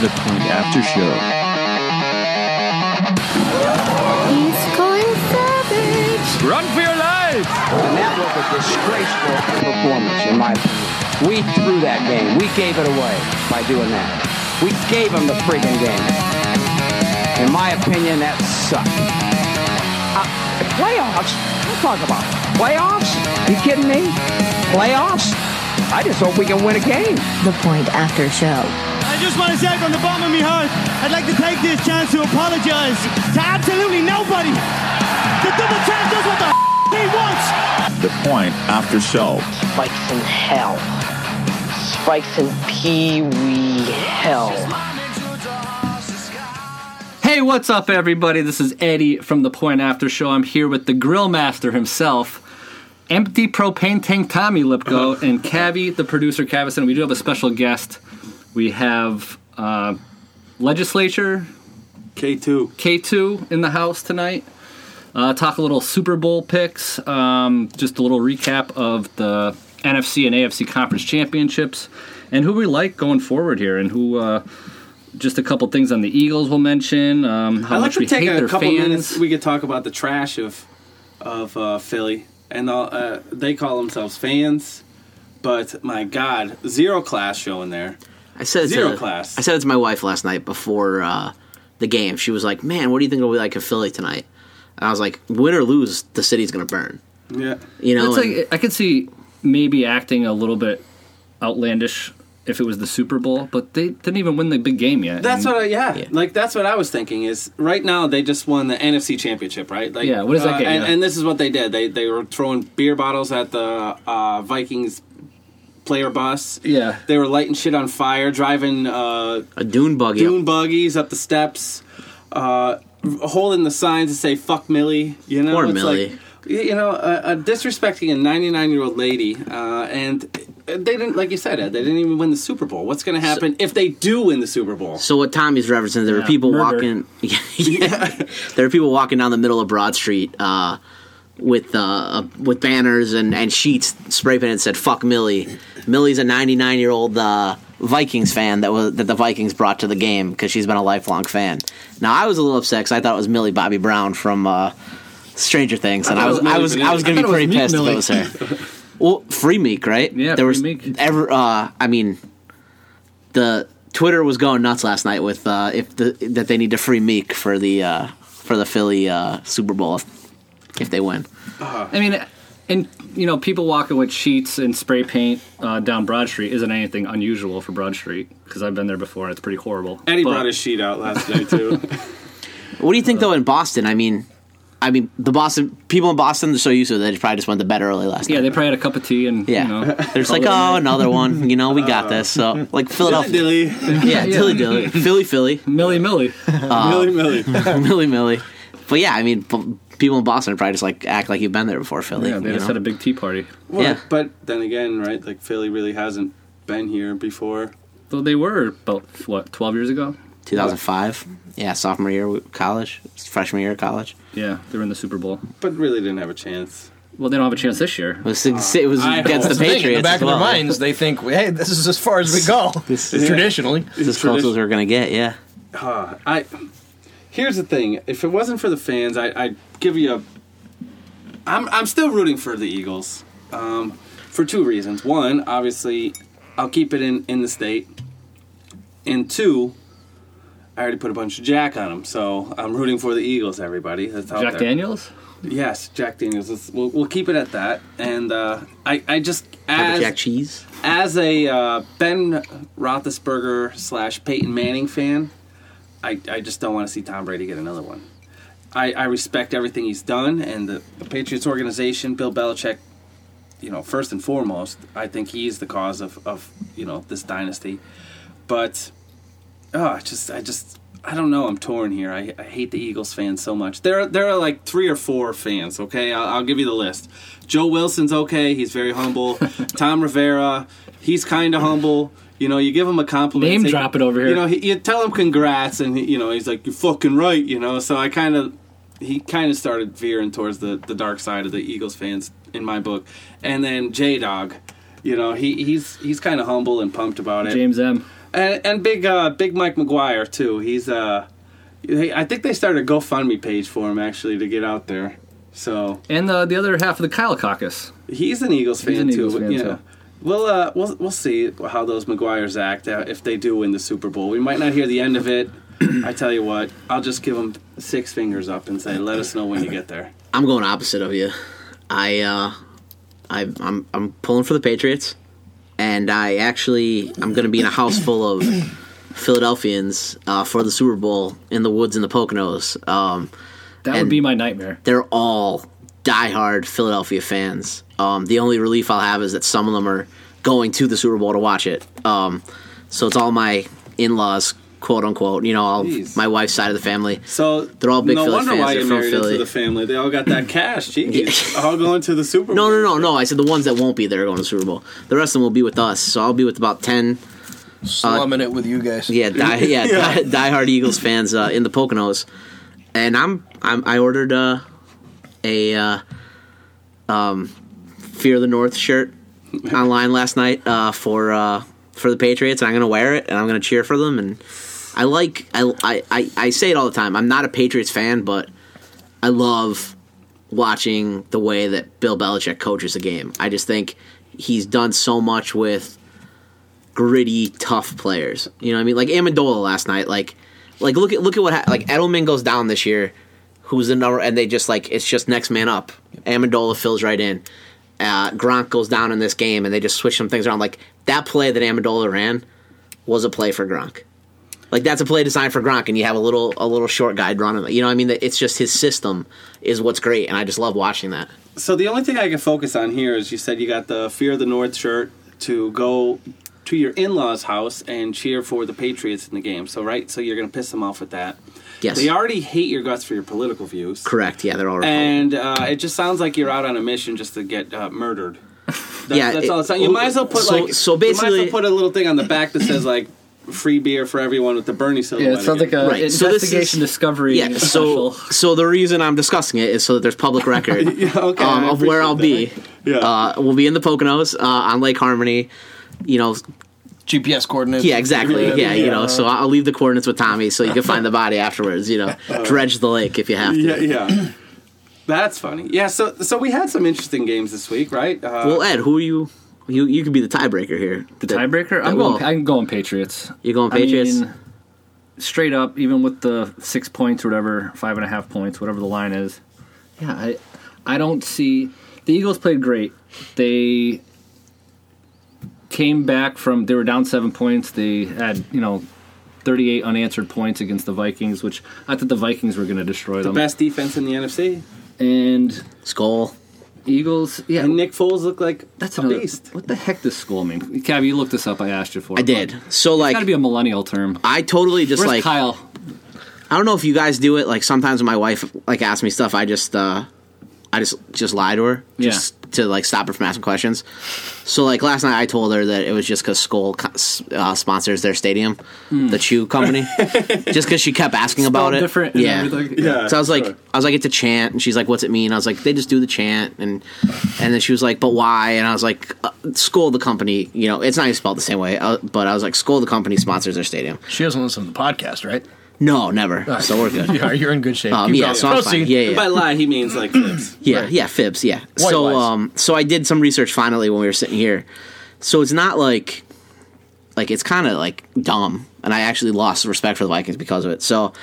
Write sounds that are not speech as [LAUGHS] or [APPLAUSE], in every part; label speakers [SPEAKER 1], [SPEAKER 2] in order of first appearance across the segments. [SPEAKER 1] the Point After Show.
[SPEAKER 2] He's going savage.
[SPEAKER 1] Run for your life!
[SPEAKER 3] And that was a disgraceful performance, in my opinion. We threw that game. We gave it away by doing that. We gave them the friggin' game. In my opinion, that sucked. Uh, playoffs? Don't talk about it. playoffs. You kidding me? Playoffs? I just hope we can win a game.
[SPEAKER 4] The Point After Show.
[SPEAKER 5] I just want to say from the bottom of my heart, I'd like to take this chance to apologize to absolutely nobody. The double champ does what the f- he wants.
[SPEAKER 6] The Point After Show.
[SPEAKER 7] spikes in hell. Spikes in pee wee hell.
[SPEAKER 8] Hey, what's up, everybody? This is Eddie from the Point After Show. I'm here with the Grill Master himself, Empty Propane Tank Tommy
[SPEAKER 9] [LAUGHS]
[SPEAKER 8] Lipko, and Cavi, the producer Cavison. We do have a special guest. We have uh, Legislature
[SPEAKER 9] K2.
[SPEAKER 8] K2 in the house tonight. Uh, talk a little Super Bowl picks, um, just a little recap of the NFC and AFC conference championships, and who we like going forward here, and who. Uh, just a couple things on the Eagles we'll mention. Um, how
[SPEAKER 9] I'd like
[SPEAKER 8] much
[SPEAKER 9] to
[SPEAKER 8] we
[SPEAKER 9] take
[SPEAKER 8] hate
[SPEAKER 9] a
[SPEAKER 8] their
[SPEAKER 9] couple
[SPEAKER 8] fans.
[SPEAKER 9] minutes. We could talk about the trash of of uh, Philly, and all, uh, they call themselves fans. But my God, zero class showing there.
[SPEAKER 10] I said it
[SPEAKER 9] Zero
[SPEAKER 10] to,
[SPEAKER 9] class.
[SPEAKER 10] I said it to my wife last night before uh, the game. She was like, "Man, what do you think it'll be like in Philly tonight?" And I was like, "Win or lose, the city's gonna burn."
[SPEAKER 9] Yeah,
[SPEAKER 10] You know,
[SPEAKER 8] It's
[SPEAKER 10] and-
[SPEAKER 8] like I could see maybe acting a little bit outlandish if it was the Super Bowl, but they didn't even win the big game yet.
[SPEAKER 9] that's
[SPEAKER 8] And
[SPEAKER 9] what. I, yeah.
[SPEAKER 10] Yeah.
[SPEAKER 9] like that's what I was thinking. Is right now they just won the NFC Championship, right? Like,
[SPEAKER 8] Yeah, what does that
[SPEAKER 9] uh,
[SPEAKER 8] get
[SPEAKER 9] And,
[SPEAKER 8] you?
[SPEAKER 9] and this is what they did. They they were throwing beer bottles at the uh, Vikings player bus.
[SPEAKER 8] Yeah.
[SPEAKER 9] they were lighting shit on fire, driving. Uh,
[SPEAKER 10] a dune buggy.
[SPEAKER 9] dune buggies up the steps, uh, holding the signs that say "fuck Millie." You know,
[SPEAKER 10] Poor
[SPEAKER 9] it's
[SPEAKER 10] Millie.
[SPEAKER 9] Like, y- you know, uh, uh, disrespecting a 99 year old lady, uh, and they didn't, like you said, Ed, they didn't even win the Super Bowl. What's going to happen if they do win the Super Bowl?
[SPEAKER 10] So what Tommy's referencing, there
[SPEAKER 8] Yeah,
[SPEAKER 10] were people
[SPEAKER 8] murder.
[SPEAKER 10] walking. [LAUGHS] Yeah, there were people walking down the middle of Broad Street uh, with uh, with banners and, and sheets spray painted that said "fuck Millie." Millie's a 99 year old uh, Vikings fan that was that the Vikings brought to the game because she's been a lifelong fan. Now I was a little upset because I thought it was Millie Bobby Brown from uh, Stranger Things, and
[SPEAKER 9] thought
[SPEAKER 10] I
[SPEAKER 9] it
[SPEAKER 10] was
[SPEAKER 9] was
[SPEAKER 10] I
[SPEAKER 9] Millie
[SPEAKER 10] was I
[SPEAKER 9] Vanilli.
[SPEAKER 10] was gonna
[SPEAKER 8] I thought
[SPEAKER 10] be
[SPEAKER 8] it was
[SPEAKER 10] pretty
[SPEAKER 8] Meek
[SPEAKER 10] pissed if
[SPEAKER 8] Millie.
[SPEAKER 10] it was her. Well, free meek, right?
[SPEAKER 8] Yeah,
[SPEAKER 10] there
[SPEAKER 8] Free
[SPEAKER 10] was
[SPEAKER 8] Meek.
[SPEAKER 10] ever. Uh, I mean, the Twitter was going nuts last night with uh, if the, that they need to free Meek for the uh, for the Philly uh, Super Bowl if, if they win.
[SPEAKER 8] I mean, and you know, people walking with sheets and spray paint uh, down Broad Street isn't anything unusual for Broad Street because I've been there before and it's pretty horrible.
[SPEAKER 9] Eddie
[SPEAKER 8] But-
[SPEAKER 9] brought his sheet out last night too.
[SPEAKER 10] [LAUGHS] What do you think though in Boston? I mean, I mean the Boston people in Boston they're so used to it they probably just went to bed early last
[SPEAKER 8] Yeah,
[SPEAKER 10] night.
[SPEAKER 8] they probably had a cup of tea and
[SPEAKER 10] yeah,
[SPEAKER 8] you know, [LAUGHS] Uh,
[SPEAKER 10] they're just like, oh, another one. You know, we got this. So, like Philadelphia,
[SPEAKER 9] Dilly,
[SPEAKER 10] [LAUGHS] yeah,
[SPEAKER 8] [LAUGHS]
[SPEAKER 10] dilly dilly, Philly, Philly,
[SPEAKER 8] Millie
[SPEAKER 9] [LAUGHS]
[SPEAKER 8] Millie.
[SPEAKER 9] Millie,
[SPEAKER 10] [LAUGHS]
[SPEAKER 9] Millie.
[SPEAKER 10] Millie, Millie. But yeah, I mean, b- people in Boston probably just like act like you've been there before, Philly.
[SPEAKER 8] Yeah, they
[SPEAKER 10] you
[SPEAKER 8] just
[SPEAKER 10] know?
[SPEAKER 8] had a big tea party.
[SPEAKER 9] Well,
[SPEAKER 10] Yeah.
[SPEAKER 9] but then again, right? Like Philly really hasn't been here before.
[SPEAKER 8] Though they were about what twelve years ago.
[SPEAKER 10] 2005. Yeah, sophomore year of college, freshman year of college.
[SPEAKER 8] Yeah, they were in the Super Bowl.
[SPEAKER 9] But really didn't have a chance.
[SPEAKER 8] Well, they don't have a chance this year.
[SPEAKER 10] It was, it was
[SPEAKER 9] I
[SPEAKER 10] against the
[SPEAKER 9] hope-
[SPEAKER 10] Patriots.
[SPEAKER 11] in the back
[SPEAKER 10] as well.
[SPEAKER 11] of their minds, they think, "Hey, this is as far as we go." Traditionally,
[SPEAKER 10] It's as close as
[SPEAKER 9] Tradition-
[SPEAKER 10] we're gonna get. Yeah,
[SPEAKER 9] Uh, I here's the thing: if it wasn't for the fans, I, I'd give you a. I'm I'm still rooting for the Eagles, um, for two reasons. One, obviously, I'll keep it in in the state, and two, I already put a bunch of Jack on them, so I'm rooting for the Eagles. Everybody, that's out
[SPEAKER 8] Jack
[SPEAKER 9] there.
[SPEAKER 8] Daniels.
[SPEAKER 9] Yes, Jack Daniels. Let's- We'll, we'll keep it at that, and uh, I I just as
[SPEAKER 10] Jack cheese.
[SPEAKER 9] as a uh, Ben Roethlisberger slash Peyton Manning fan, I, I just don't want to see Tom Brady get another one. I, I respect everything he's done, and the, the Patriots organization, Bill Belichick, you know, first and foremost, I think he's the cause of, of you know this dynasty. But oh, I just I just I don't know. I'm torn here. I, I hate the Eagles fans so much. There there are like three or four fans. Okay, I'll, I'll give you the list. Joe Wilson's okay. He's
[SPEAKER 8] [LAUGHS]
[SPEAKER 9] very humble. Tom Rivera, he's kind of humble. You know, you give him a compliment.
[SPEAKER 8] Name
[SPEAKER 9] say-
[SPEAKER 8] drop it over here.
[SPEAKER 9] You know, he, you tell him congrats, and he, you know he's like, "You're fucking right." You know, so I kind of he kind of started veering towards the the dark side of the Eagles fans in my book, and then J Dog. You know, he, he's he's kind of humble and pumped about it.
[SPEAKER 8] James M.
[SPEAKER 9] and, and big uh, big Mike McGuire too. He's uh, he- I think they started a GoFundMe page for him actually to get out there. So
[SPEAKER 8] and uh, the the other half of the Kyle Caucus.
[SPEAKER 9] He's an Eagles fan
[SPEAKER 8] He's an
[SPEAKER 9] too.
[SPEAKER 8] Eagles
[SPEAKER 9] but,
[SPEAKER 8] fan,
[SPEAKER 9] you
[SPEAKER 8] too.
[SPEAKER 9] know, we'll uh, we'll we'll see how those McGuire's act uh, if they do win the Super Bowl. We might not hear the end of it. [CLEARS THROAT] I tell you what, I'll just give them six fingers up and say, "Let us know when you get there."
[SPEAKER 10] I'm going opposite of you. I uh, I I'm I'm pulling for the Patriots, and I actually I'm going to be in a house full of Philadelphians uh, for the Super Bowl in the woods in the Poconos. Um,
[SPEAKER 8] That would
[SPEAKER 10] and
[SPEAKER 8] be my nightmare.
[SPEAKER 10] They're all diehard Philadelphia fans. Um, the only relief I'll have is that some of them are going to the Super Bowl to watch it. Um, so it's all my in-laws, quote unquote. You know, all
[SPEAKER 9] Jeez.
[SPEAKER 10] my wife's side of the family.
[SPEAKER 9] So
[SPEAKER 10] they're all big
[SPEAKER 9] no
[SPEAKER 10] Philly
[SPEAKER 9] wonder
[SPEAKER 10] fans.
[SPEAKER 9] why
[SPEAKER 10] They're
[SPEAKER 9] you
[SPEAKER 10] from
[SPEAKER 9] married
[SPEAKER 10] Philly.
[SPEAKER 9] into the family. They all got
[SPEAKER 10] [LAUGHS]
[SPEAKER 9] that cash. Jeez, all going to the Super Bowl.
[SPEAKER 10] No, no, no, no. I said the ones that won't be there are going to the Super Bowl. The rest of them will be with us. So I'll be with about ten. uh,
[SPEAKER 11] Slumming it with you guys. [LAUGHS]
[SPEAKER 10] Yeah, die, yeah, Die, diehard Eagles fans uh, in the Poconos, and I'm, I'm I ordered uh, a uh, um, Fear of the
[SPEAKER 11] [LAUGHS]
[SPEAKER 10] North shirt online last night uh, for uh, for the Patriots, and I'm gonna wear it and I'm gonna cheer for them. And I like I, I, I, I say it all the time. I'm not a Patriots fan, but I love watching the way that Bill Belichick coaches the game. I just think he's done so much with gritty, tough players. You know what I mean? Like Amendola last night. Like, like look at look at what ha- like Edelman goes down this year. Who's the number? And they just like it's just next man up. Amendola fills right in. Uh, Gronk goes down in this game, and they just switch some things around. Like that play that Amendola ran was a play for Gronk. Like that's a play designed for Gronk, and you have a little a little short guy drawn on it. You know what I mean? That It's just his system is what's great, and I just love watching that.
[SPEAKER 9] So the only thing I can focus on here is you said you got the Fear of the North shirt to go to your in-laws' house and cheer for the Patriots in the game. So right, so you're going to piss them off with that.
[SPEAKER 10] Yes.
[SPEAKER 9] They already hate your guts for your political views.
[SPEAKER 10] Correct? Yeah, they're all right.
[SPEAKER 9] And uh, it just sounds like you're out on a mission just to get uh, murdered. That's,
[SPEAKER 10] Yeah,
[SPEAKER 9] that's
[SPEAKER 10] it-
[SPEAKER 9] all it sounds. You might as well put
[SPEAKER 10] so-
[SPEAKER 9] like
[SPEAKER 10] so
[SPEAKER 9] you might as
[SPEAKER 10] basically-
[SPEAKER 9] well put a little thing on the back that says like free beer for everyone with the Bernie silhouette.
[SPEAKER 8] Yeah, it sounds like
[SPEAKER 9] again.
[SPEAKER 8] a
[SPEAKER 10] so this
[SPEAKER 8] investigation
[SPEAKER 10] is-
[SPEAKER 8] discovery.
[SPEAKER 9] [LAUGHS]
[SPEAKER 10] Yeah. So so the reason I'm discussing it is so that there's public record
[SPEAKER 9] okay,
[SPEAKER 10] um,
[SPEAKER 9] I
[SPEAKER 10] of where I'll
[SPEAKER 9] appreciate
[SPEAKER 10] be. Yeah. Uh, we'll be in the Poconos uh, on Lake Harmony. You know.
[SPEAKER 11] GPS coordinates.
[SPEAKER 10] Yeah. Exactly. Yeah.
[SPEAKER 11] Yeah.
[SPEAKER 10] you know. So I'll leave the coordinates with Tommy so you can find the body afterwards.
[SPEAKER 9] [LAUGHS]
[SPEAKER 10] You know, dredge the lake if you have to.
[SPEAKER 9] Yeah, yeah. [CLEARS THROAT] That's funny. Yeah, so so we had some interesting games this week, right? Uh,
[SPEAKER 10] Well, Ed, who are you? You you could be the tiebreaker here.
[SPEAKER 8] The tiebreaker? I'm going. I'm going Patriots.
[SPEAKER 10] You going Patriots?
[SPEAKER 8] straight up, even with the six points or whatever, five and a half points, whatever the line is. Yeah, I, I don't see the Eagles played great. They came back from they were down seven points. They had you know. 38 unanswered points against the Vikings, which I thought the Vikings were going to destroy
[SPEAKER 9] the
[SPEAKER 8] them.
[SPEAKER 9] best defense in the NFC.
[SPEAKER 8] And
[SPEAKER 10] Skull.
[SPEAKER 8] Eagles, yeah.
[SPEAKER 9] And Nick Foles looked like
[SPEAKER 8] That's
[SPEAKER 9] a
[SPEAKER 8] another,
[SPEAKER 9] beast.
[SPEAKER 8] What the heck does skull mean? Cavi, you looked this up. I asked you for.
[SPEAKER 10] I
[SPEAKER 8] it,
[SPEAKER 10] did.
[SPEAKER 8] but
[SPEAKER 10] So
[SPEAKER 8] It's got to
[SPEAKER 10] like,
[SPEAKER 8] be a millennial term.
[SPEAKER 10] I totally just
[SPEAKER 8] Where's
[SPEAKER 10] like.
[SPEAKER 8] Kyle?
[SPEAKER 10] I don't know if you guys do it. Like sometimes when my wife like asks me stuff, I just uh I just just lie to her
[SPEAKER 8] Yeah.
[SPEAKER 10] just to like stop her from asking questions. So like last night, I told her that it was just because Skull co- s- uh, sponsors their stadium, the
[SPEAKER 8] [LAUGHS]
[SPEAKER 10] Chew Company, just because she kept asking about
[SPEAKER 8] Hmm. Spelled
[SPEAKER 10] it.
[SPEAKER 8] different and
[SPEAKER 10] yeah.
[SPEAKER 8] everything.
[SPEAKER 10] [LAUGHS]
[SPEAKER 9] Yeah,
[SPEAKER 10] So I was like,
[SPEAKER 9] sure.
[SPEAKER 10] I was like, it's a chant, and she's like, what's it mean? I was like, they just do the chant, and and then she was like, but why? And I was like, uh, Skull the company, you know, it's not even spelled the same way, uh, but I was like, Skull the company sponsors their stadium.
[SPEAKER 11] She doesn't listen to the podcast, right?
[SPEAKER 10] No, never. So we're good.
[SPEAKER 8] [LAUGHS]
[SPEAKER 11] Yeah, you're in good shape.
[SPEAKER 10] Um,
[SPEAKER 11] Keep
[SPEAKER 10] yeah,
[SPEAKER 11] going.
[SPEAKER 10] so I'm fine.
[SPEAKER 11] Proceed.
[SPEAKER 10] Yeah, yeah.
[SPEAKER 9] By lie, he means
[SPEAKER 10] [CLEARS THROAT]
[SPEAKER 9] like flips.
[SPEAKER 10] Yeah, yeah, fibs, yeah.
[SPEAKER 11] White
[SPEAKER 10] so
[SPEAKER 11] lies.
[SPEAKER 10] um so I did some research finally when we were sitting here. So it's not like like it's kind of like dumb and I actually lost respect for the Vikings because of it. So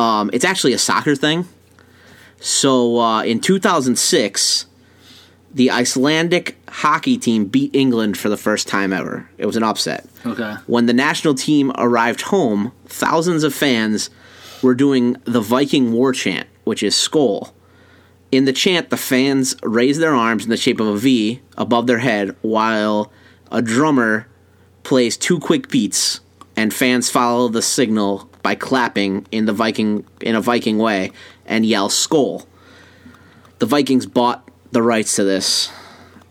[SPEAKER 10] um it's actually a soccer thing. So uh in 2006 the Icelandic hockey team beat England for the first time ever. It was an upset.
[SPEAKER 8] Okay.
[SPEAKER 10] When the national team arrived home, thousands of fans were doing the Viking war chant, which is Skoll. In the chant, the fans raised their arms in the shape of a V above their head while a drummer plays two quick beats and fans follow the signal by clapping in the Viking in a Viking way and yell Skoll. The Vikings bought the rights to this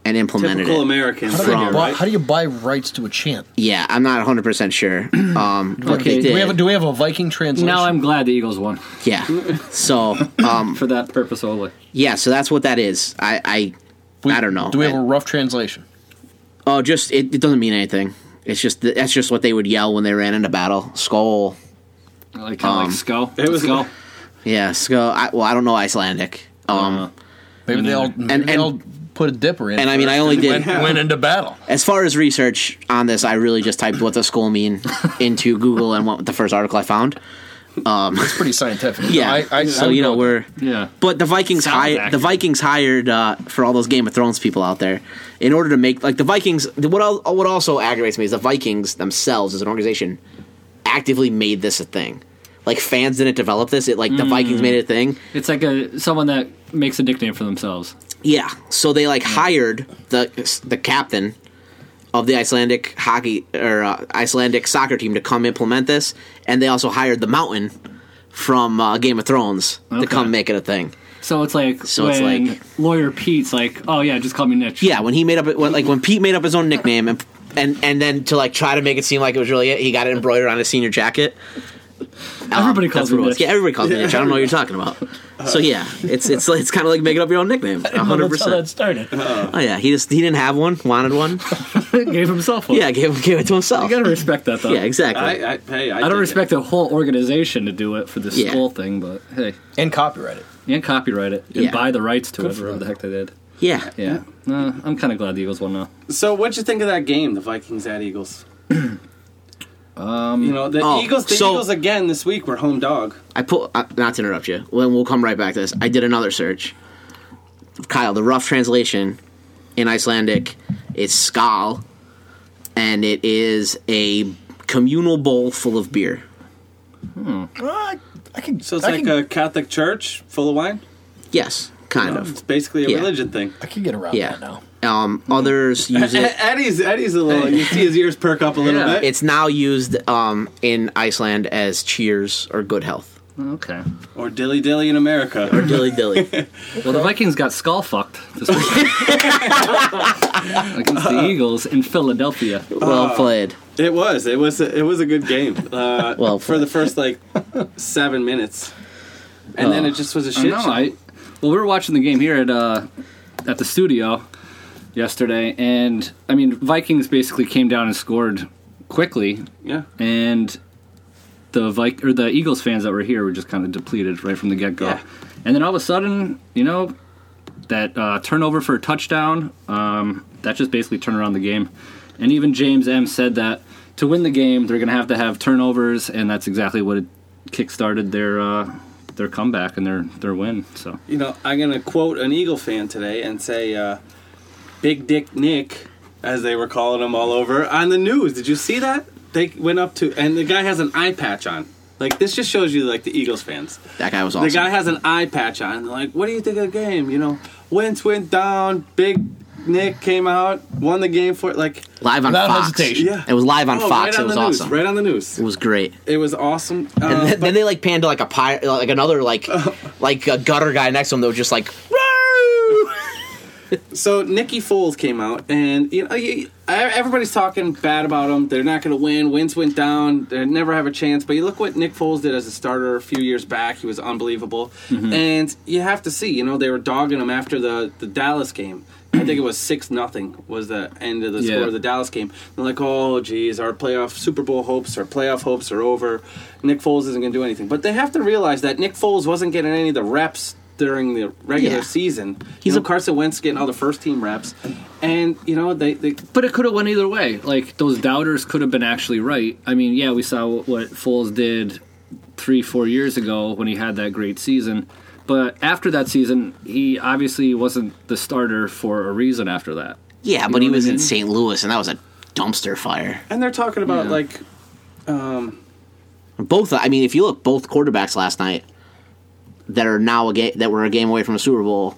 [SPEAKER 10] and implemented
[SPEAKER 9] Typical
[SPEAKER 10] it.
[SPEAKER 9] Americans.
[SPEAKER 11] How do, you
[SPEAKER 9] Right?
[SPEAKER 11] buy, how do you buy rights to a chant?
[SPEAKER 10] Yeah, I'm not
[SPEAKER 11] [CLEARS THROAT]
[SPEAKER 10] 100% sure. Um, but they
[SPEAKER 8] Okay,
[SPEAKER 11] Do we have a,
[SPEAKER 10] did.
[SPEAKER 11] do we have a Viking translation?
[SPEAKER 8] Now I'm glad the Eagles won
[SPEAKER 10] Yeah. So, um,
[SPEAKER 8] for that purpose only.
[SPEAKER 10] yeah, so that's what that is. I I,
[SPEAKER 11] We-
[SPEAKER 10] I don't know.
[SPEAKER 11] Do we have
[SPEAKER 10] I-
[SPEAKER 11] a rough translation?
[SPEAKER 10] Oh, just it, it doesn't mean anything. It's just that's just what they would yell when they ran into battle. Skull.
[SPEAKER 8] I like kind of
[SPEAKER 10] Um,
[SPEAKER 8] like skull. It was [LAUGHS] skull.
[SPEAKER 10] Yeah, skull. I, well, I don't know Icelandic. Um,
[SPEAKER 11] Uh-huh. Maybe they'll maybe
[SPEAKER 10] and-
[SPEAKER 11] they'll put a dipper in.
[SPEAKER 10] and I mean,
[SPEAKER 11] first
[SPEAKER 10] I only
[SPEAKER 11] and
[SPEAKER 10] did-
[SPEAKER 11] went, went into battle.
[SPEAKER 10] As far as research on this, I really just typed what does skull mean [LAUGHS] into Google and went with the first article I found.
[SPEAKER 11] It's pretty scientific.
[SPEAKER 10] Yeah,
[SPEAKER 11] I, I,
[SPEAKER 10] so
[SPEAKER 11] I would
[SPEAKER 10] you
[SPEAKER 11] go
[SPEAKER 10] know
[SPEAKER 11] with
[SPEAKER 10] we're
[SPEAKER 8] Yeah.
[SPEAKER 10] But the Vikings
[SPEAKER 8] Sounds
[SPEAKER 10] hired the
[SPEAKER 8] accurate.
[SPEAKER 10] Vikings hired uh, for all those Game of Thrones people out there in order to make like the Vikings. What al- what also aggravates me is the Vikings themselves as an organization actively made this a thing. Like fans didn't develop this; it like the Vikings
[SPEAKER 8] Mm.
[SPEAKER 10] made it a thing.
[SPEAKER 8] It's like a someone that makes a nickname for themselves.
[SPEAKER 10] Yeah, so they like hired the the captain of the Icelandic hockey or uh, Icelandic soccer team to come implement this, and they also hired the Mountain from uh, Game of Thrones
[SPEAKER 8] Okay.
[SPEAKER 10] to come make it a thing.
[SPEAKER 8] So it's like
[SPEAKER 10] So it's
[SPEAKER 8] when
[SPEAKER 10] like-
[SPEAKER 8] lawyer Pete's like, oh yeah, just call me Niche.
[SPEAKER 10] Yeah, when he made up, when, like when Pete made up his own nickname, and and and then to like try to make it seem like it was really it, he got it embroidered on his senior jacket. Um,
[SPEAKER 8] Everybody calls
[SPEAKER 10] that's what
[SPEAKER 8] me
[SPEAKER 10] it was.
[SPEAKER 8] Mitch.
[SPEAKER 10] Yeah, everybody calls me Mitch. I don't know what you're
[SPEAKER 8] [LAUGHS]
[SPEAKER 10] talking about. So yeah, it's it's like- it's kind of like making up your own nickname. hundred
[SPEAKER 11] that
[SPEAKER 10] percent.
[SPEAKER 11] started.
[SPEAKER 10] Oh yeah, he just he didn't have one,
[SPEAKER 8] [LAUGHS]
[SPEAKER 10] wanted one.
[SPEAKER 8] gave himself one.
[SPEAKER 10] Yeah, gave gave it to himself.
[SPEAKER 8] you gotta respect that though.
[SPEAKER 10] Yeah, exactly.
[SPEAKER 9] I, I, hey, I,
[SPEAKER 8] I
[SPEAKER 9] dig
[SPEAKER 8] don't
[SPEAKER 9] it.
[SPEAKER 8] respect the whole organization to do it for this
[SPEAKER 10] Yeah.
[SPEAKER 8] school thing, but hey,
[SPEAKER 11] and copyright it.
[SPEAKER 8] and copyright it and
[SPEAKER 10] Yeah.
[SPEAKER 8] buy the rights to
[SPEAKER 11] Good
[SPEAKER 8] it,
[SPEAKER 11] for
[SPEAKER 8] whatever the
[SPEAKER 11] them.
[SPEAKER 8] heck they did.
[SPEAKER 10] yeah.
[SPEAKER 8] Yeah, Uh, I'm kind of glad the Eagles won now.
[SPEAKER 9] So, what'd you think of that game, the Vikings at Eagles? um, you know, the
[SPEAKER 10] oh,
[SPEAKER 9] Eagles. The
[SPEAKER 10] so-
[SPEAKER 9] Eagles again this week were home dog.
[SPEAKER 10] I pull. Uh, not to interrupt you. Well, we'll come right back to this. I did another search. Kyle, the rough translation in Icelandic is skal, and it is a communal bowl full of beer.
[SPEAKER 11] Well, I, I can.
[SPEAKER 9] So it's
[SPEAKER 11] I
[SPEAKER 9] like
[SPEAKER 11] can,
[SPEAKER 9] a Catholic church full of wine.
[SPEAKER 10] Yes, kind
[SPEAKER 9] No, it's
[SPEAKER 10] of.
[SPEAKER 9] basically a
[SPEAKER 10] Yeah.
[SPEAKER 9] religion thing.
[SPEAKER 11] I can get
[SPEAKER 9] Oh,
[SPEAKER 11] around
[SPEAKER 10] Yeah.
[SPEAKER 11] that now.
[SPEAKER 10] Um, others use
[SPEAKER 9] E-
[SPEAKER 10] it. [LAUGHS]
[SPEAKER 9] Eddie's Eddie's a little. You see his ears perk up a little
[SPEAKER 8] Yeah.
[SPEAKER 9] bit.
[SPEAKER 10] It's now used um, in Iceland as cheers or good health
[SPEAKER 8] Okay.
[SPEAKER 9] or dilly dilly in America.
[SPEAKER 10] or dilly dilly.
[SPEAKER 8] Well, the Vikings got skull fucked this week against the Eagles in Philadelphia.
[SPEAKER 10] [LAUGHS]
[SPEAKER 9] Oh.
[SPEAKER 10] well played.
[SPEAKER 9] it was. It was. It was a good game. Uh,
[SPEAKER 10] Well,
[SPEAKER 9] for the first like seven minutes, and then it just was a
[SPEAKER 8] I
[SPEAKER 9] shit
[SPEAKER 8] know,
[SPEAKER 9] show.
[SPEAKER 8] I- well, we were watching the game here at uh, at the studio yesterday, and I mean, Vikings basically came down and scored quickly,
[SPEAKER 9] yeah.
[SPEAKER 8] and the Vic- or the Eagles fans that were here were just kind of depleted right from the get go,
[SPEAKER 9] Yeah.
[SPEAKER 8] and then all of a sudden, you know, that uh, turnover for a touchdown um, that just basically turned around the game, and even James M said that to win the game they're going to have to have turnovers, and that's exactly what it kick-started their. Uh, their comeback and their their win. So
[SPEAKER 9] You know, I'm gonna quote an Eagle fan today and say, uh, "Big Dick Nick," as they were calling him all over on the news. Did you see that? They went up to, and the guy has an eye patch on. Like this just shows you like the Eagles fans.
[SPEAKER 10] That guy was awesome.
[SPEAKER 9] The guy has an eye patch on. They're like, what do you think of the game? You know, Wentz went down. Big Nick came out, won the game for it. Like,
[SPEAKER 10] live on
[SPEAKER 11] Without
[SPEAKER 10] Fox.
[SPEAKER 11] hesitation.
[SPEAKER 9] yeah,
[SPEAKER 10] It was live on
[SPEAKER 9] Oh, Right
[SPEAKER 10] Fox.
[SPEAKER 9] on
[SPEAKER 10] it was
[SPEAKER 9] the
[SPEAKER 10] awesome.
[SPEAKER 9] News, right on the news.
[SPEAKER 10] It was great.
[SPEAKER 9] It was awesome. Uh,
[SPEAKER 10] And then,
[SPEAKER 9] but- Uh.
[SPEAKER 10] then they like panned to like a pie, like another like like a gutter guy next to him that was just like
[SPEAKER 9] [LAUGHS] So Nikki Foles came out, and you know you, everybody's talking bad about him. They're not going to win. Wins went down. They never have a chance. But you look what Nick Foles did as a starter a few years back. He was unbelievable, and you have to see. You know they were dogging him after the the Dallas game. I think it was six nothing was the end of the
[SPEAKER 8] Yeah.
[SPEAKER 9] score of the Dallas game. They're like, oh geez, our playoff Super Bowl hopes, our playoff hopes are over. Nick Foles isn't going to do anything. But they have to realize that Nick Foles wasn't getting any of the reps during the regular
[SPEAKER 10] Yeah.
[SPEAKER 9] season.
[SPEAKER 10] He's
[SPEAKER 9] He's
[SPEAKER 10] a-
[SPEAKER 9] a Carson Wentz getting all the first team reps, and you know they, they
[SPEAKER 8] But it could have went either way. Like those doubters could have been actually right. I mean, yeah, we saw what, what Foles did three, four years ago when he had that great season. But after that season, he obviously wasn't the starter for a reason. After that,
[SPEAKER 10] yeah, but
[SPEAKER 8] know
[SPEAKER 10] he
[SPEAKER 8] what I
[SPEAKER 10] was in
[SPEAKER 8] mean?
[SPEAKER 9] Mm.
[SPEAKER 10] St. Louis and that was a dumpster fire.
[SPEAKER 9] and they're talking about
[SPEAKER 8] Yeah.
[SPEAKER 9] like
[SPEAKER 10] Both, I mean, if you look, both quarterbacks last night that are now a game that were a game away from a Super Bowl,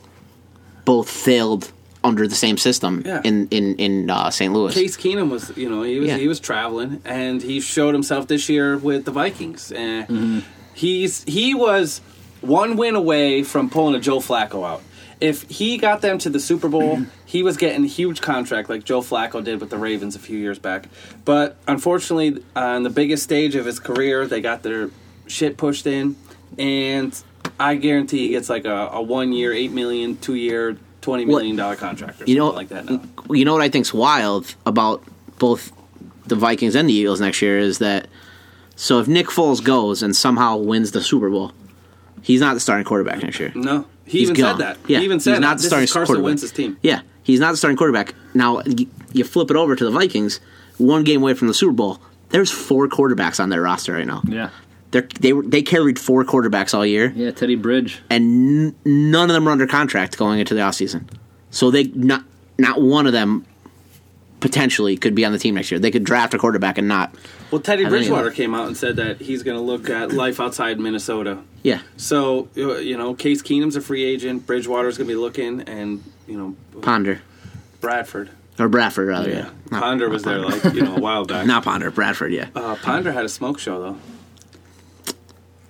[SPEAKER 10] both failed under the same system
[SPEAKER 9] Yeah.
[SPEAKER 10] in in in uh, St. Louis.
[SPEAKER 9] Case Keenum was you know he was
[SPEAKER 10] Yeah.
[SPEAKER 9] he was traveling and he showed himself this year with the Vikings. And He's he was one win away from pulling a Joe Flacco out. If he got them to the Super Bowl, he was getting a huge contract like Joe Flacco did with the Ravens a few years back. But unfortunately, on the biggest stage of his career, they got their shit pushed in, and I guarantee he gets like a, a one year, eight million, two year, twenty million dollar contract or something
[SPEAKER 10] you know,
[SPEAKER 9] like that. Now.
[SPEAKER 10] you know what I think's wild about both the Vikings and the Eagles next year is that so if Nick Foles goes and somehow wins the Super Bowl, he's not the starting quarterback next year.
[SPEAKER 9] No, he
[SPEAKER 10] He's
[SPEAKER 9] even
[SPEAKER 10] gone.
[SPEAKER 9] said that.
[SPEAKER 10] Yeah,
[SPEAKER 9] he even said
[SPEAKER 10] he's not
[SPEAKER 9] that.
[SPEAKER 10] the
[SPEAKER 9] This
[SPEAKER 10] starting
[SPEAKER 9] is Carson
[SPEAKER 10] quarterback.
[SPEAKER 9] Wentz's team.
[SPEAKER 10] Yeah, he's not the starting quarterback. Now y- you flip it over to the Vikings, one game away from the Super Bowl. There's four quarterbacks on their roster right now.
[SPEAKER 8] Yeah.
[SPEAKER 10] They're, they were- they carried four quarterbacks all year,
[SPEAKER 8] Yeah, Teddy Bridge.
[SPEAKER 10] and n- none of them were under contract going into the offseason. So they not not one of them potentially could be on the team next year. They could draft a quarterback and not.
[SPEAKER 9] Well, Teddy
[SPEAKER 10] I think-
[SPEAKER 9] Bridgewater came out and said that he's going to look at life outside Minnesota.
[SPEAKER 10] Yeah,
[SPEAKER 9] So uh, you know, Case Keenum's a free agent. Bridgewater's going to be looking, and you know,
[SPEAKER 10] Ponder
[SPEAKER 9] Bradford.
[SPEAKER 10] or Bradford rather. Yeah, Not-
[SPEAKER 9] Ponder was there like you know a while
[SPEAKER 10] [LAUGHS]
[SPEAKER 9] back.
[SPEAKER 10] not Ponder, Bradford. Yeah,
[SPEAKER 9] Uh, Ponder had a smoke show though.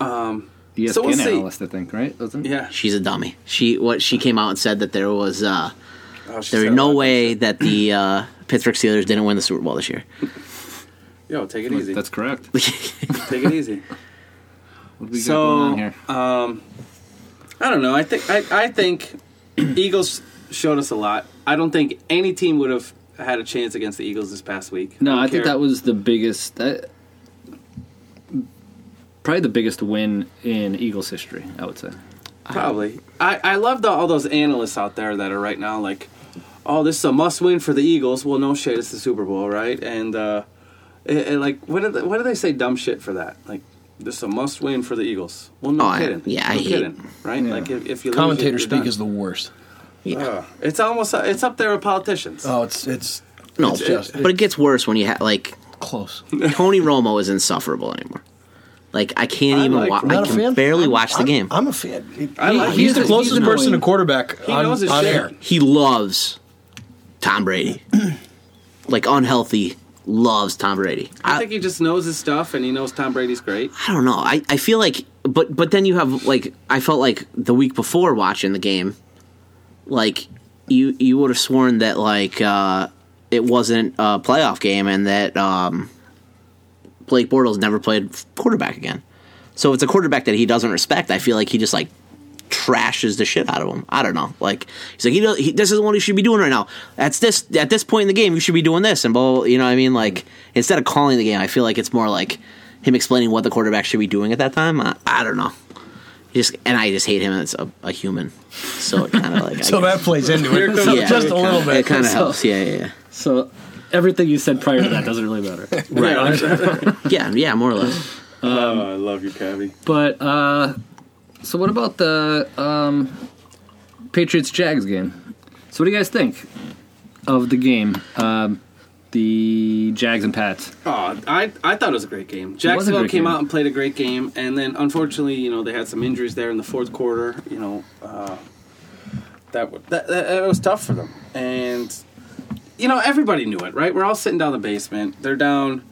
[SPEAKER 9] Um,
[SPEAKER 8] ESPN
[SPEAKER 9] so we'll see.
[SPEAKER 8] analyst, I think, right? Wasn't it?
[SPEAKER 9] Yeah,
[SPEAKER 10] she's a dummy. She what she came out and said that there was. uh
[SPEAKER 9] Oh, she
[SPEAKER 10] There was
[SPEAKER 9] said
[SPEAKER 10] no
[SPEAKER 9] that.
[SPEAKER 10] way that the uh, Pittsburgh Steelers didn't win the Super Bowl this year.
[SPEAKER 9] Yo, take it easy.
[SPEAKER 8] That's correct.
[SPEAKER 9] Take it easy.
[SPEAKER 8] What we got
[SPEAKER 9] So, uh,
[SPEAKER 8] going on here?
[SPEAKER 9] I don't know. I think I, I
[SPEAKER 10] [CLEARS THROAT]
[SPEAKER 9] think Eagles showed us a lot. I don't think any team would have had a chance against the Eagles this past week.
[SPEAKER 8] No,
[SPEAKER 9] don't
[SPEAKER 8] I think
[SPEAKER 9] care.
[SPEAKER 8] that was the biggest, that, probably the biggest win in Eagles history. I would say.
[SPEAKER 9] probably. I I love the, all those analysts out there that are right now like, oh, this is a must win for the Eagles. Well, no shit, it's the Super Bowl, right? And uh, it, it, like, what do they, what do they say dumb shit for that? Like. This is a must win for the Eagles. Well, no
[SPEAKER 10] Oh, I-
[SPEAKER 9] kidding.
[SPEAKER 10] yeah, I
[SPEAKER 9] no
[SPEAKER 10] hate-
[SPEAKER 9] kidding, right? Like if, if you lose,
[SPEAKER 11] Commentator
[SPEAKER 9] you're
[SPEAKER 11] speak
[SPEAKER 9] done.
[SPEAKER 11] is the worst.
[SPEAKER 9] Ugh. it's almost it's up there with politicians.
[SPEAKER 11] Oh, it's it's
[SPEAKER 10] No,
[SPEAKER 11] It's just-
[SPEAKER 10] but it gets worse when you have like
[SPEAKER 11] close.
[SPEAKER 10] Tony Romo is insufferable anymore. Like I can't
[SPEAKER 9] I
[SPEAKER 10] even
[SPEAKER 9] like
[SPEAKER 10] watch.
[SPEAKER 9] Romo.
[SPEAKER 10] I
[SPEAKER 11] Not a
[SPEAKER 10] can
[SPEAKER 11] fan.
[SPEAKER 10] barely
[SPEAKER 11] I'm-
[SPEAKER 10] watch the
[SPEAKER 11] I'm-
[SPEAKER 10] game.
[SPEAKER 11] I'm a fan.
[SPEAKER 9] I like
[SPEAKER 11] He's
[SPEAKER 9] it.
[SPEAKER 11] the closest
[SPEAKER 9] He's
[SPEAKER 11] person to quarterback
[SPEAKER 9] He
[SPEAKER 11] on,
[SPEAKER 9] knows his
[SPEAKER 11] on
[SPEAKER 9] shit.
[SPEAKER 11] air.
[SPEAKER 10] he loves Tom Brady. [CLEARS THROAT] like unhealthy loves Tom Brady.
[SPEAKER 9] I
[SPEAKER 10] I,
[SPEAKER 9] think he just knows his stuff and he knows Tom Brady's great.
[SPEAKER 10] I don't know. I, I feel like but but then you have like I felt like the week before watching the game, like you you would have sworn that like uh it wasn't a playoff game and that um Blake Bortles never played quarterback again. So if it's a quarterback that he doesn't respect. I feel like he just like trashes the shit out of him. I don't know. Like he's like he, don't- he this is what he should be doing right now. That's this at this point in the game you should be doing this and blah, blah, blah, you know what I mean like instead of calling the game I feel like it's more like him explaining what the quarterback should be doing at that time. I, I don't know. He just and I just hate him as a, a human. So it kind of
[SPEAKER 11] [LAUGHS]
[SPEAKER 10] like
[SPEAKER 11] So
[SPEAKER 10] I guess-
[SPEAKER 11] that plays into it So
[SPEAKER 10] yeah,
[SPEAKER 11] just a little bit.
[SPEAKER 10] It kind of helps. Yeah, yeah, yeah.
[SPEAKER 8] So everything you said prior to that doesn't really [LAUGHS] matter.
[SPEAKER 9] [LAUGHS]
[SPEAKER 10] Right. yeah, yeah, more or less.
[SPEAKER 9] oh, I love you, Cavi.
[SPEAKER 8] But uh, so what about the um, Patriots Jags game? So what do you guys think of the game? Um, the Jags and Pats.
[SPEAKER 9] Oh, I, I thought it was a great game.
[SPEAKER 8] a
[SPEAKER 9] Jacksonville
[SPEAKER 8] great
[SPEAKER 9] came
[SPEAKER 8] game.
[SPEAKER 9] out and played a great game, and then unfortunately, you know, they had some injuries there in the fourth quarter. You know, uh, that, w- that that that was tough for them, and you know, everybody knew it, right? We're all sitting down in the basement. They're down.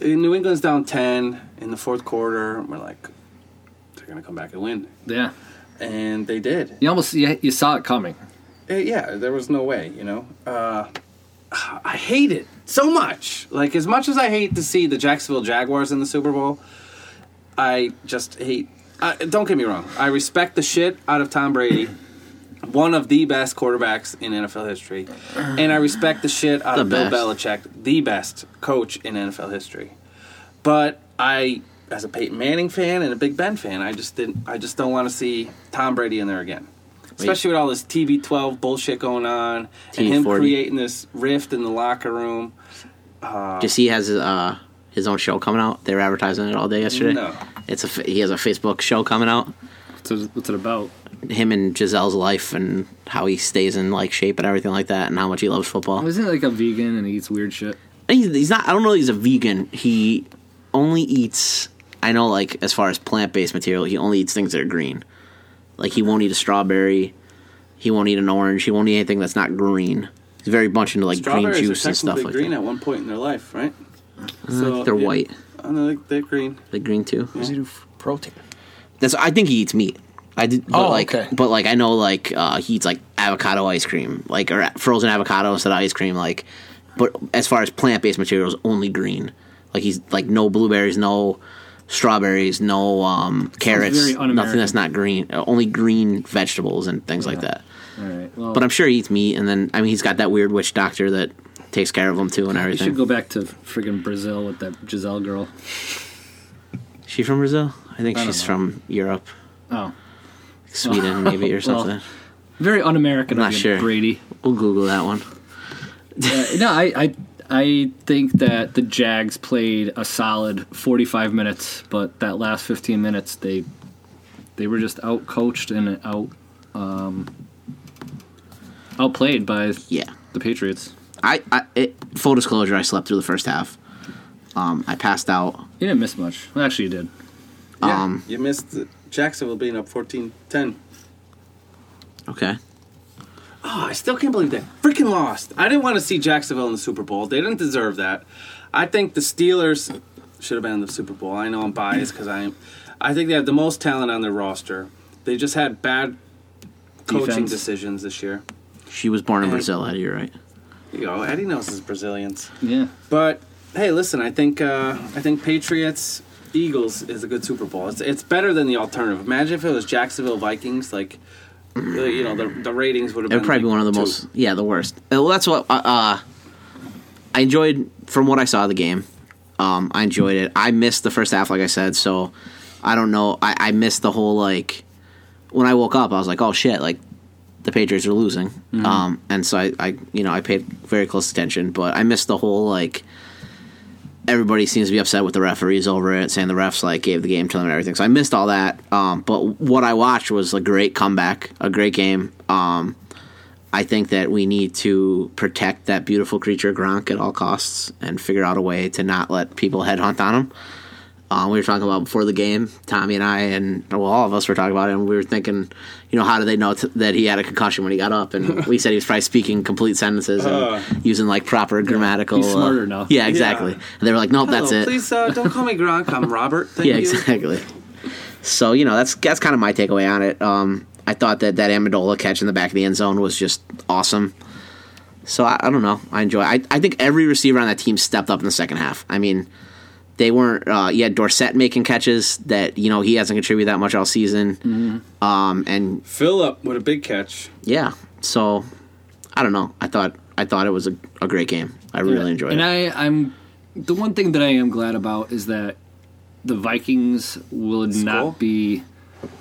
[SPEAKER 9] New England's down ten in the fourth quarter. and We're like, they're gonna come back and win,
[SPEAKER 8] Yeah,
[SPEAKER 9] and they did.
[SPEAKER 8] you almost you, you saw it coming.
[SPEAKER 9] Uh, yeah, there was no way, you know. Uh, I hate it so much. Like as much as I hate to see the Jacksonville Jaguars in the Super Bowl, I just hate. Uh, don't get me wrong. I respect the shit out of Tom Brady, one of the best quarterbacks in NFL history, and I respect the shit out
[SPEAKER 10] The
[SPEAKER 9] of Bill
[SPEAKER 10] best.
[SPEAKER 9] Belichick, the best coach in NFL history. But I, as a Peyton Manning fan and a Big Ben fan, I just didn't. I just don't want to see Tom Brady in there again. Especially with all this TB12 bullshit going on, and him
[SPEAKER 10] T40.
[SPEAKER 9] creating this rift in the locker room.
[SPEAKER 10] Just he has uh, his own show coming out. They were advertising it all day yesterday.
[SPEAKER 9] No.
[SPEAKER 10] It's a f- he has a Facebook show coming out.
[SPEAKER 8] What's it, what's it about?
[SPEAKER 10] Him and Giselle's life and how he stays in like shape and everything like that, and how much he loves football.
[SPEAKER 8] Isn't it like a vegan and he eats weird shit?
[SPEAKER 10] He's, he's not. I don't know. He's a vegan. He only eats. I know, like as far as plant based material, he only eats things that are green. Like he won't eat a strawberry. He won't eat an orange. He won't eat anything that's not green. He's very much into like green
[SPEAKER 9] Strawberries
[SPEAKER 10] juice
[SPEAKER 9] are
[SPEAKER 10] and stuff
[SPEAKER 9] technically
[SPEAKER 10] like
[SPEAKER 9] green
[SPEAKER 10] that.
[SPEAKER 9] at one point in their life, right?
[SPEAKER 10] I think they're
[SPEAKER 9] yeah.
[SPEAKER 10] white.
[SPEAKER 9] I know they- they're green.
[SPEAKER 10] Like green too.
[SPEAKER 11] Does he do f- protein?
[SPEAKER 10] That's. I think he eats meat. I did, but
[SPEAKER 11] Oh,
[SPEAKER 10] like,
[SPEAKER 11] okay.
[SPEAKER 10] but like, I know, like, uh, he eats like avocado ice cream, like, or frozen avocado instead of ice cream, like. But as far as plant based materials, only green. Like he's like no blueberries, no strawberries, no um, carrots,
[SPEAKER 8] very un-American.
[SPEAKER 10] nothing that's not green. uh, Only green vegetables and things like that.
[SPEAKER 8] All right. Well,
[SPEAKER 10] But I'm sure he eats meat, and then I mean, he's got that weird witch doctor that takes care of them too and
[SPEAKER 8] We
[SPEAKER 10] everything.
[SPEAKER 8] should go back to friggin' Brazil with that Giselle girl.
[SPEAKER 10] She from Brazil? I think
[SPEAKER 8] I don't
[SPEAKER 10] she's
[SPEAKER 8] know.
[SPEAKER 10] from Europe,
[SPEAKER 8] Oh,
[SPEAKER 10] Sweden maybe or
[SPEAKER 8] [LAUGHS] Well,
[SPEAKER 10] something.
[SPEAKER 8] very un-American.
[SPEAKER 10] I'm not
[SPEAKER 8] of you,
[SPEAKER 10] sure.
[SPEAKER 8] Brady.
[SPEAKER 10] We'll Google that one.
[SPEAKER 8] Uh, no, I, I I think that the Jags played a solid 45 minutes, but that last 15 minutes they they were just out coached and out um, outplayed by
[SPEAKER 10] Yeah.
[SPEAKER 8] the Patriots.
[SPEAKER 10] I, I it, full disclosure, I slept through the first half. Um, I passed out.
[SPEAKER 8] You didn't miss much. Well, actually, you did.
[SPEAKER 9] Yeah,
[SPEAKER 10] Um,
[SPEAKER 9] you missed the Jacksonville being up 14 10.
[SPEAKER 10] Okay.
[SPEAKER 9] Oh, I still can't believe they freaking lost. I didn't want to see Jacksonville in the Super Bowl. They didn't deserve that. I think the Steelers should have been in the Super Bowl. I know I'm biased because I, I think they have the most talent on their roster. They just had bad coaching
[SPEAKER 10] Defense.
[SPEAKER 9] decisions this year.
[SPEAKER 10] She was born in
[SPEAKER 9] And-
[SPEAKER 10] Brazil. Eddie, You're right.
[SPEAKER 9] You know, Eddie knows his Brazilians.
[SPEAKER 8] Yeah.
[SPEAKER 9] But hey, listen, I think uh, I think Patriots Eagles is a good Super Bowl. It's, it's better than the alternative. Imagine if it was Jacksonville Vikings. Like, uh, you know, the, the ratings would have
[SPEAKER 10] It
[SPEAKER 9] been
[SPEAKER 10] would probably be
[SPEAKER 9] like,
[SPEAKER 10] one of the
[SPEAKER 9] two.
[SPEAKER 10] most, yeah, the worst. Uh, Well, that's what uh, uh, I enjoyed from what I saw of the game. Um, I enjoyed it. I missed the first half, like I said, so I don't know. I, I missed the whole like when I woke up, I was like, oh shit, like the Patriots are losing.
[SPEAKER 12] Mhm.
[SPEAKER 10] Um, and so I, I, you know, I paid very close attention, but I missed the whole like everybody seems to be upset with the referees over it, saying the refs like gave the game to them and everything. So I missed all that. Um, but what I watched was a great comeback, a great game. Um, I think that we need to protect that beautiful creature Gronk at all costs and figure out a way to not let people headhunt on him. Um, we were talking about before the game, Tommy and I, and well, all of us were talking about it, and we were thinking, you know, how do they know t- that he had a concussion when he got up? And we said he was probably speaking complete sentences and
[SPEAKER 9] Uh.
[SPEAKER 10] using like proper grammatical.
[SPEAKER 8] He's smarter
[SPEAKER 10] uh,
[SPEAKER 8] now.
[SPEAKER 10] Yeah, exactly. And they were like, nope, that's
[SPEAKER 9] Hello,
[SPEAKER 10] it.
[SPEAKER 9] Please uh, don't call me Gronk. I'm Robert. Thank
[SPEAKER 10] [LAUGHS] yeah,
[SPEAKER 9] you.
[SPEAKER 10] exactly. So you know that's that's kind of my takeaway on it. Um, I thought that that Amendola catch in the back of the end zone was just awesome. So I, I don't know. I enjoy. I I think every receiver on that team stepped up in the second half. I mean, they weren't. Uh, you had Dorsett making catches that you know he hasn't contributed that much all season. Um, and
[SPEAKER 9] Phillip with a big catch.
[SPEAKER 10] yeah, so I don't know. I thought I thought it was a, a great game. I really enjoyed
[SPEAKER 8] and
[SPEAKER 10] it.
[SPEAKER 8] I, I'm the one thing that I am glad about is that the Vikings will not be,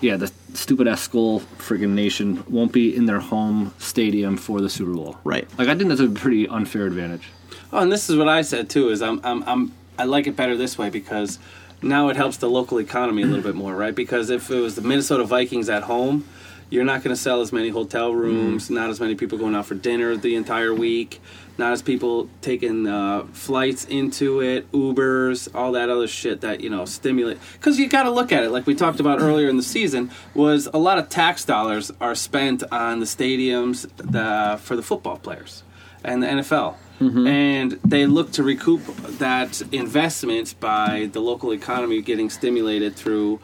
[SPEAKER 8] yeah, the stupid ass skull friggin' nation won't be in their home stadium for the Super Bowl.
[SPEAKER 10] Right.
[SPEAKER 8] Like I think that's a pretty unfair advantage.
[SPEAKER 9] Oh, and this is what I said too. Is I'm I'm, I'm I like it better this way because now it helps the local economy a little bit more, right? Because if it was the Minnesota Vikings at home, you're not going to sell as many hotel rooms, not as many people going out for dinner the entire week, not as people taking uh, flights into it, Ubers, all that other shit that you know stimulate. Because you got to look at it, like we talked about earlier in the season, was a lot of tax dollars are spent on the stadiums the, for the football players and the NFL
[SPEAKER 10] Mm-hmm.
[SPEAKER 9] and they look to recoup that investment by the local economy getting stimulated through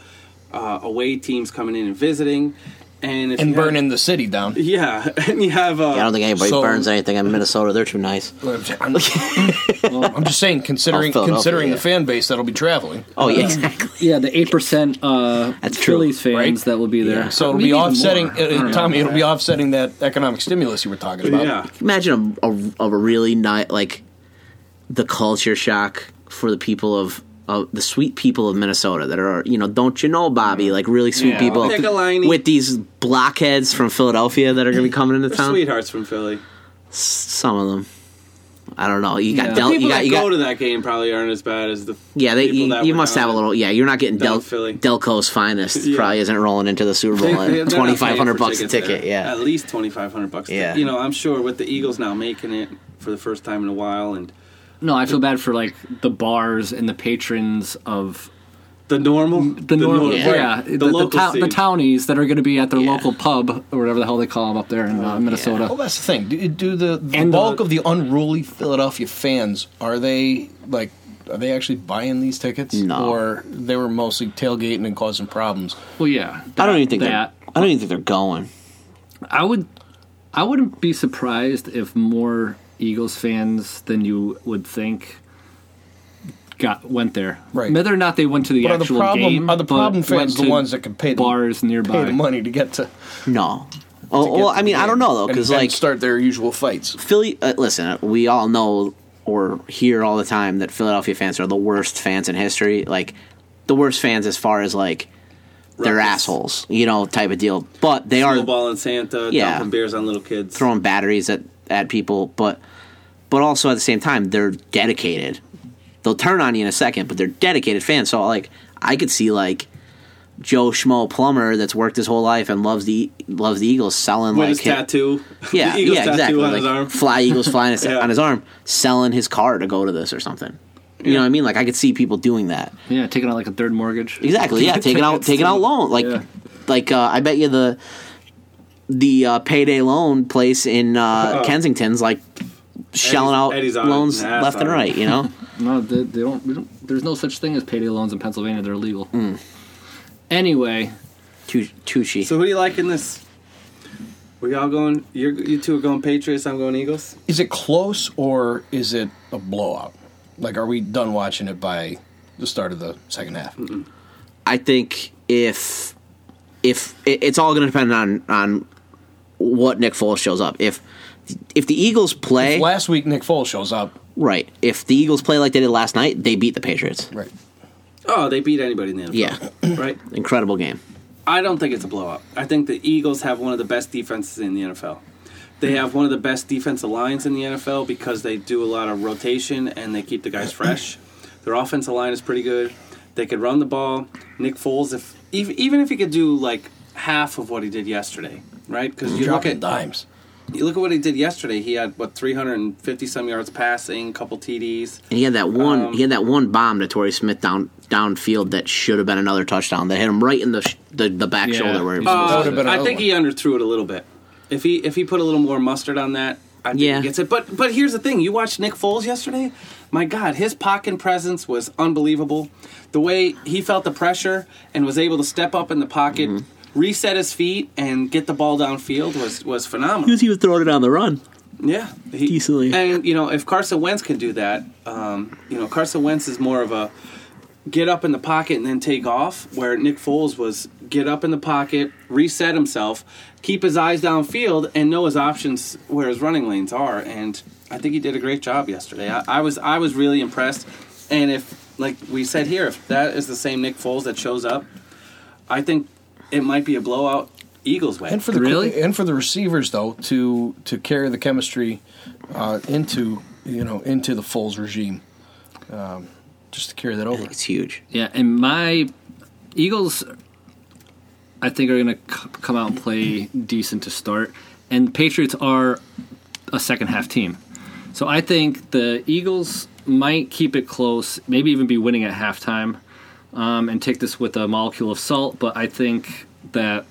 [SPEAKER 9] uh, away teams coming in and visiting, and if
[SPEAKER 11] and
[SPEAKER 9] you have-
[SPEAKER 11] burning the city down.
[SPEAKER 9] [LAUGHS]
[SPEAKER 11] [LAUGHS]
[SPEAKER 9] yeah, [LAUGHS] and you have. Uh,
[SPEAKER 11] Yeah, I don't think
[SPEAKER 10] Anybody
[SPEAKER 11] So-
[SPEAKER 10] burns anything in Minnesota? They're too nice.
[SPEAKER 11] I'm, I'm just saying, considering
[SPEAKER 10] Oh, Philadelphia,
[SPEAKER 11] considering
[SPEAKER 10] yeah.
[SPEAKER 11] the fan base that'll be traveling.
[SPEAKER 10] Oh yeah,
[SPEAKER 8] Yeah, the eight percent uh Phillies fans that will be there.
[SPEAKER 11] So it'll
[SPEAKER 8] Maybe
[SPEAKER 11] be
[SPEAKER 8] even
[SPEAKER 11] offsetting,
[SPEAKER 8] more.
[SPEAKER 11] it- it-
[SPEAKER 8] I don't
[SPEAKER 11] Tommy.
[SPEAKER 8] know.
[SPEAKER 11] It'll be offsetting that economic stimulus you were talking about.
[SPEAKER 10] [LAUGHS] imagine a, a, a really nice like the culture shock for the people of of the sweet people of Minnesota that are you know don't you know Bobby like really sweet
[SPEAKER 9] Yeah.
[SPEAKER 10] people
[SPEAKER 9] Take a liney.
[SPEAKER 10] with these blockheads from Philadelphia that
[SPEAKER 9] [LAUGHS]
[SPEAKER 10] are going to be coming into
[SPEAKER 9] they're
[SPEAKER 10] town.
[SPEAKER 9] sweethearts from Philly.
[SPEAKER 10] S- Some of them, I don't know. You got
[SPEAKER 9] the
[SPEAKER 10] Del-
[SPEAKER 9] people
[SPEAKER 10] you got
[SPEAKER 9] that
[SPEAKER 10] you
[SPEAKER 9] go
[SPEAKER 10] got
[SPEAKER 9] to that game probably aren't as bad as the
[SPEAKER 10] yeah. They,
[SPEAKER 9] people
[SPEAKER 10] you
[SPEAKER 9] that
[SPEAKER 10] you
[SPEAKER 9] were
[SPEAKER 10] must have a little yeah. You're not getting
[SPEAKER 9] down
[SPEAKER 10] Del-
[SPEAKER 9] in Philly.
[SPEAKER 10] Delco's finest
[SPEAKER 9] [LAUGHS] Yeah.
[SPEAKER 10] probably isn't rolling into the Super
[SPEAKER 9] They-
[SPEAKER 10] Bowl
[SPEAKER 9] they- they're
[SPEAKER 10] at
[SPEAKER 9] not
[SPEAKER 10] twenty five
[SPEAKER 9] paying
[SPEAKER 10] hundred
[SPEAKER 9] for
[SPEAKER 10] bucks a
[SPEAKER 9] tickets
[SPEAKER 10] ticket.
[SPEAKER 9] there.
[SPEAKER 10] Yeah,
[SPEAKER 9] at least twenty five hundred bucks.
[SPEAKER 10] Yeah.
[SPEAKER 9] Yeah, you know, I'm sure with the Eagles now making it for the first time in a while, and
[SPEAKER 8] No, I feel bad for like the bars and the patrons of
[SPEAKER 9] the normal,
[SPEAKER 8] the, normal, yeah,
[SPEAKER 9] the,
[SPEAKER 8] the, the,
[SPEAKER 9] local
[SPEAKER 8] tow- the
[SPEAKER 9] scene.
[SPEAKER 8] townies that are going to be at their local pub or whatever the hell they call them up there in uh, Minnesota.
[SPEAKER 11] Well, that's the thing. Do, do the, the
[SPEAKER 8] And uh, the-
[SPEAKER 11] bulk of the unruly Philadelphia fans are they like are they actually buying these tickets,
[SPEAKER 10] No.
[SPEAKER 11] or they were mostly tailgating and causing problems?
[SPEAKER 8] Well, yeah,
[SPEAKER 10] I don't even think they're-
[SPEAKER 8] that.
[SPEAKER 10] I don't even think they're going.
[SPEAKER 8] I would, I wouldn't be surprised if more Eagles fans than you would think got went there.
[SPEAKER 11] Right.
[SPEAKER 8] Whether or not they went to the
[SPEAKER 11] But are the
[SPEAKER 8] actual
[SPEAKER 11] problem-
[SPEAKER 8] game,
[SPEAKER 11] are the problem
[SPEAKER 8] but went
[SPEAKER 11] fans the
[SPEAKER 8] to
[SPEAKER 11] ones that can pay the-
[SPEAKER 8] bars nearby?
[SPEAKER 11] Pay the money to get to.
[SPEAKER 10] No, Oh,
[SPEAKER 11] to get
[SPEAKER 10] well,
[SPEAKER 11] to
[SPEAKER 10] I
[SPEAKER 11] the
[SPEAKER 10] mean, I
[SPEAKER 11] game
[SPEAKER 10] don't know though,
[SPEAKER 11] and-
[SPEAKER 10] because
[SPEAKER 11] and
[SPEAKER 10] like
[SPEAKER 11] start their usual fights.
[SPEAKER 10] Philly. Uh, listen, we all know or hear all the time that Philadelphia fans are the worst fans in history. Like the worst fans as far as like they're
[SPEAKER 9] Ruckus.
[SPEAKER 10] assholes, you know, type of deal. But they are
[SPEAKER 9] Snowball and Santa,
[SPEAKER 10] Yeah.
[SPEAKER 9] dumping beers on little kids.
[SPEAKER 10] throwing batteries at at people, but but also at the same time they're dedicated. They'll turn on you in a second, but they're dedicated fans. So like I could see like Joe Schmo Plumber that's worked his whole life and loves the loves the Eagles selling
[SPEAKER 9] with
[SPEAKER 10] like
[SPEAKER 9] his
[SPEAKER 10] his-
[SPEAKER 9] tattoo. [LAUGHS]
[SPEAKER 10] Yeah,
[SPEAKER 9] the Eagles
[SPEAKER 10] yeah,
[SPEAKER 9] tattoo on
[SPEAKER 10] exactly. like,
[SPEAKER 9] his arm.
[SPEAKER 10] Fly Eagles flying his,
[SPEAKER 9] Yeah.
[SPEAKER 10] on his arm, selling his car to go to this or something. You know what I mean? Like I could see people doing that.
[SPEAKER 8] Yeah, taking out like a third mortgage.
[SPEAKER 10] Exactly. Yeah, taking out taking out loan. Like
[SPEAKER 8] Yeah.
[SPEAKER 10] like uh, I bet you the the uh, payday loan place in uh,
[SPEAKER 8] Oh.
[SPEAKER 10] Kensington's like shelling out
[SPEAKER 8] Eddie's on it.
[SPEAKER 10] loans
[SPEAKER 8] Nah,
[SPEAKER 10] left and
[SPEAKER 8] sorry.
[SPEAKER 10] right. You know.
[SPEAKER 8] No, they, they don't, we don't. There's no such thing as payday loans in Pennsylvania. They're illegal. Anyway,
[SPEAKER 10] Tucci.
[SPEAKER 9] So who do you like in this? We all going? You're, you two are going Patriots. I'm going Eagles.
[SPEAKER 11] Is it close or is it a blowout? Like, are we done watching it by the start of the second half?
[SPEAKER 10] Mm-hmm. I think if if it- it's all going to depend on on what Nick Foles shows up. If if the Eagles play
[SPEAKER 11] If last week Nick Foles shows up,
[SPEAKER 10] right, if the Eagles play like they did last night, they beat the Patriots.
[SPEAKER 11] Right.
[SPEAKER 9] Oh, they beat anybody in the NFL.
[SPEAKER 10] Yeah.
[SPEAKER 9] [CLEARS THROAT]
[SPEAKER 10] [CLEARS THROAT]
[SPEAKER 9] right.
[SPEAKER 10] Incredible game.
[SPEAKER 9] I don't think it's a blowout. I think the Eagles have one of the best defenses in the NFL. They have one of the best defensive lines in the NFL because they do a lot of rotation and they keep the [CLEARS THROAT] guys fresh. Their offensive line is pretty good. They could run the ball. Nick Foles, if ev- even if he could do like half of what he did yesterday, right? Because you look
[SPEAKER 11] dropping
[SPEAKER 9] at
[SPEAKER 11] dimes.
[SPEAKER 9] you look at what he did yesterday. He had what 350 some yards passing, couple TDs.
[SPEAKER 10] And he had that one.
[SPEAKER 9] Um,
[SPEAKER 10] he had that one bomb to Torrey Smith down downfield that should have been another touchdown. That hit him right in the sh- the, the back
[SPEAKER 9] Yeah.
[SPEAKER 10] shoulder where he was
[SPEAKER 9] Uh,
[SPEAKER 10] supposed to-
[SPEAKER 9] I think he underthrew it a little bit. If he if he put a little more mustard on that, I think
[SPEAKER 10] Yeah.
[SPEAKER 9] he gets it. But but here's the thing: you watched Nick Foles yesterday. My God, his pocket presence was unbelievable. The way he felt the pressure and was able to step up in the pocket, reset his feet, and get the ball downfield was was phenomenal.
[SPEAKER 10] Because he was throwing it on the run.
[SPEAKER 9] Yeah, he,
[SPEAKER 10] Decently.
[SPEAKER 9] And you know, if Carson Wentz can do that, um, you know, Carson Wentz is more of a get up in the pocket and then take off. Where Nick Foles was get up in the pocket, reset himself, keep his eyes downfield, and know his options where his running lanes are. And I think he did a great job yesterday. I, I was I was really impressed. And if like we said here, if that is the same Nick Foles that shows up, I think it might be a blowout Eagles way.
[SPEAKER 11] And for the and for the receivers though to to carry the chemistry uh, into you know into the Foles regime, um, just to carry that over.
[SPEAKER 10] It's huge.
[SPEAKER 8] Yeah, and my Eagles, I think, are going to c- come out and play decent to start. And Patriots are a second half team. So I think the Eagles might keep it close, maybe even be winning at halftime, um, and take this with a molecule of salt. But I think that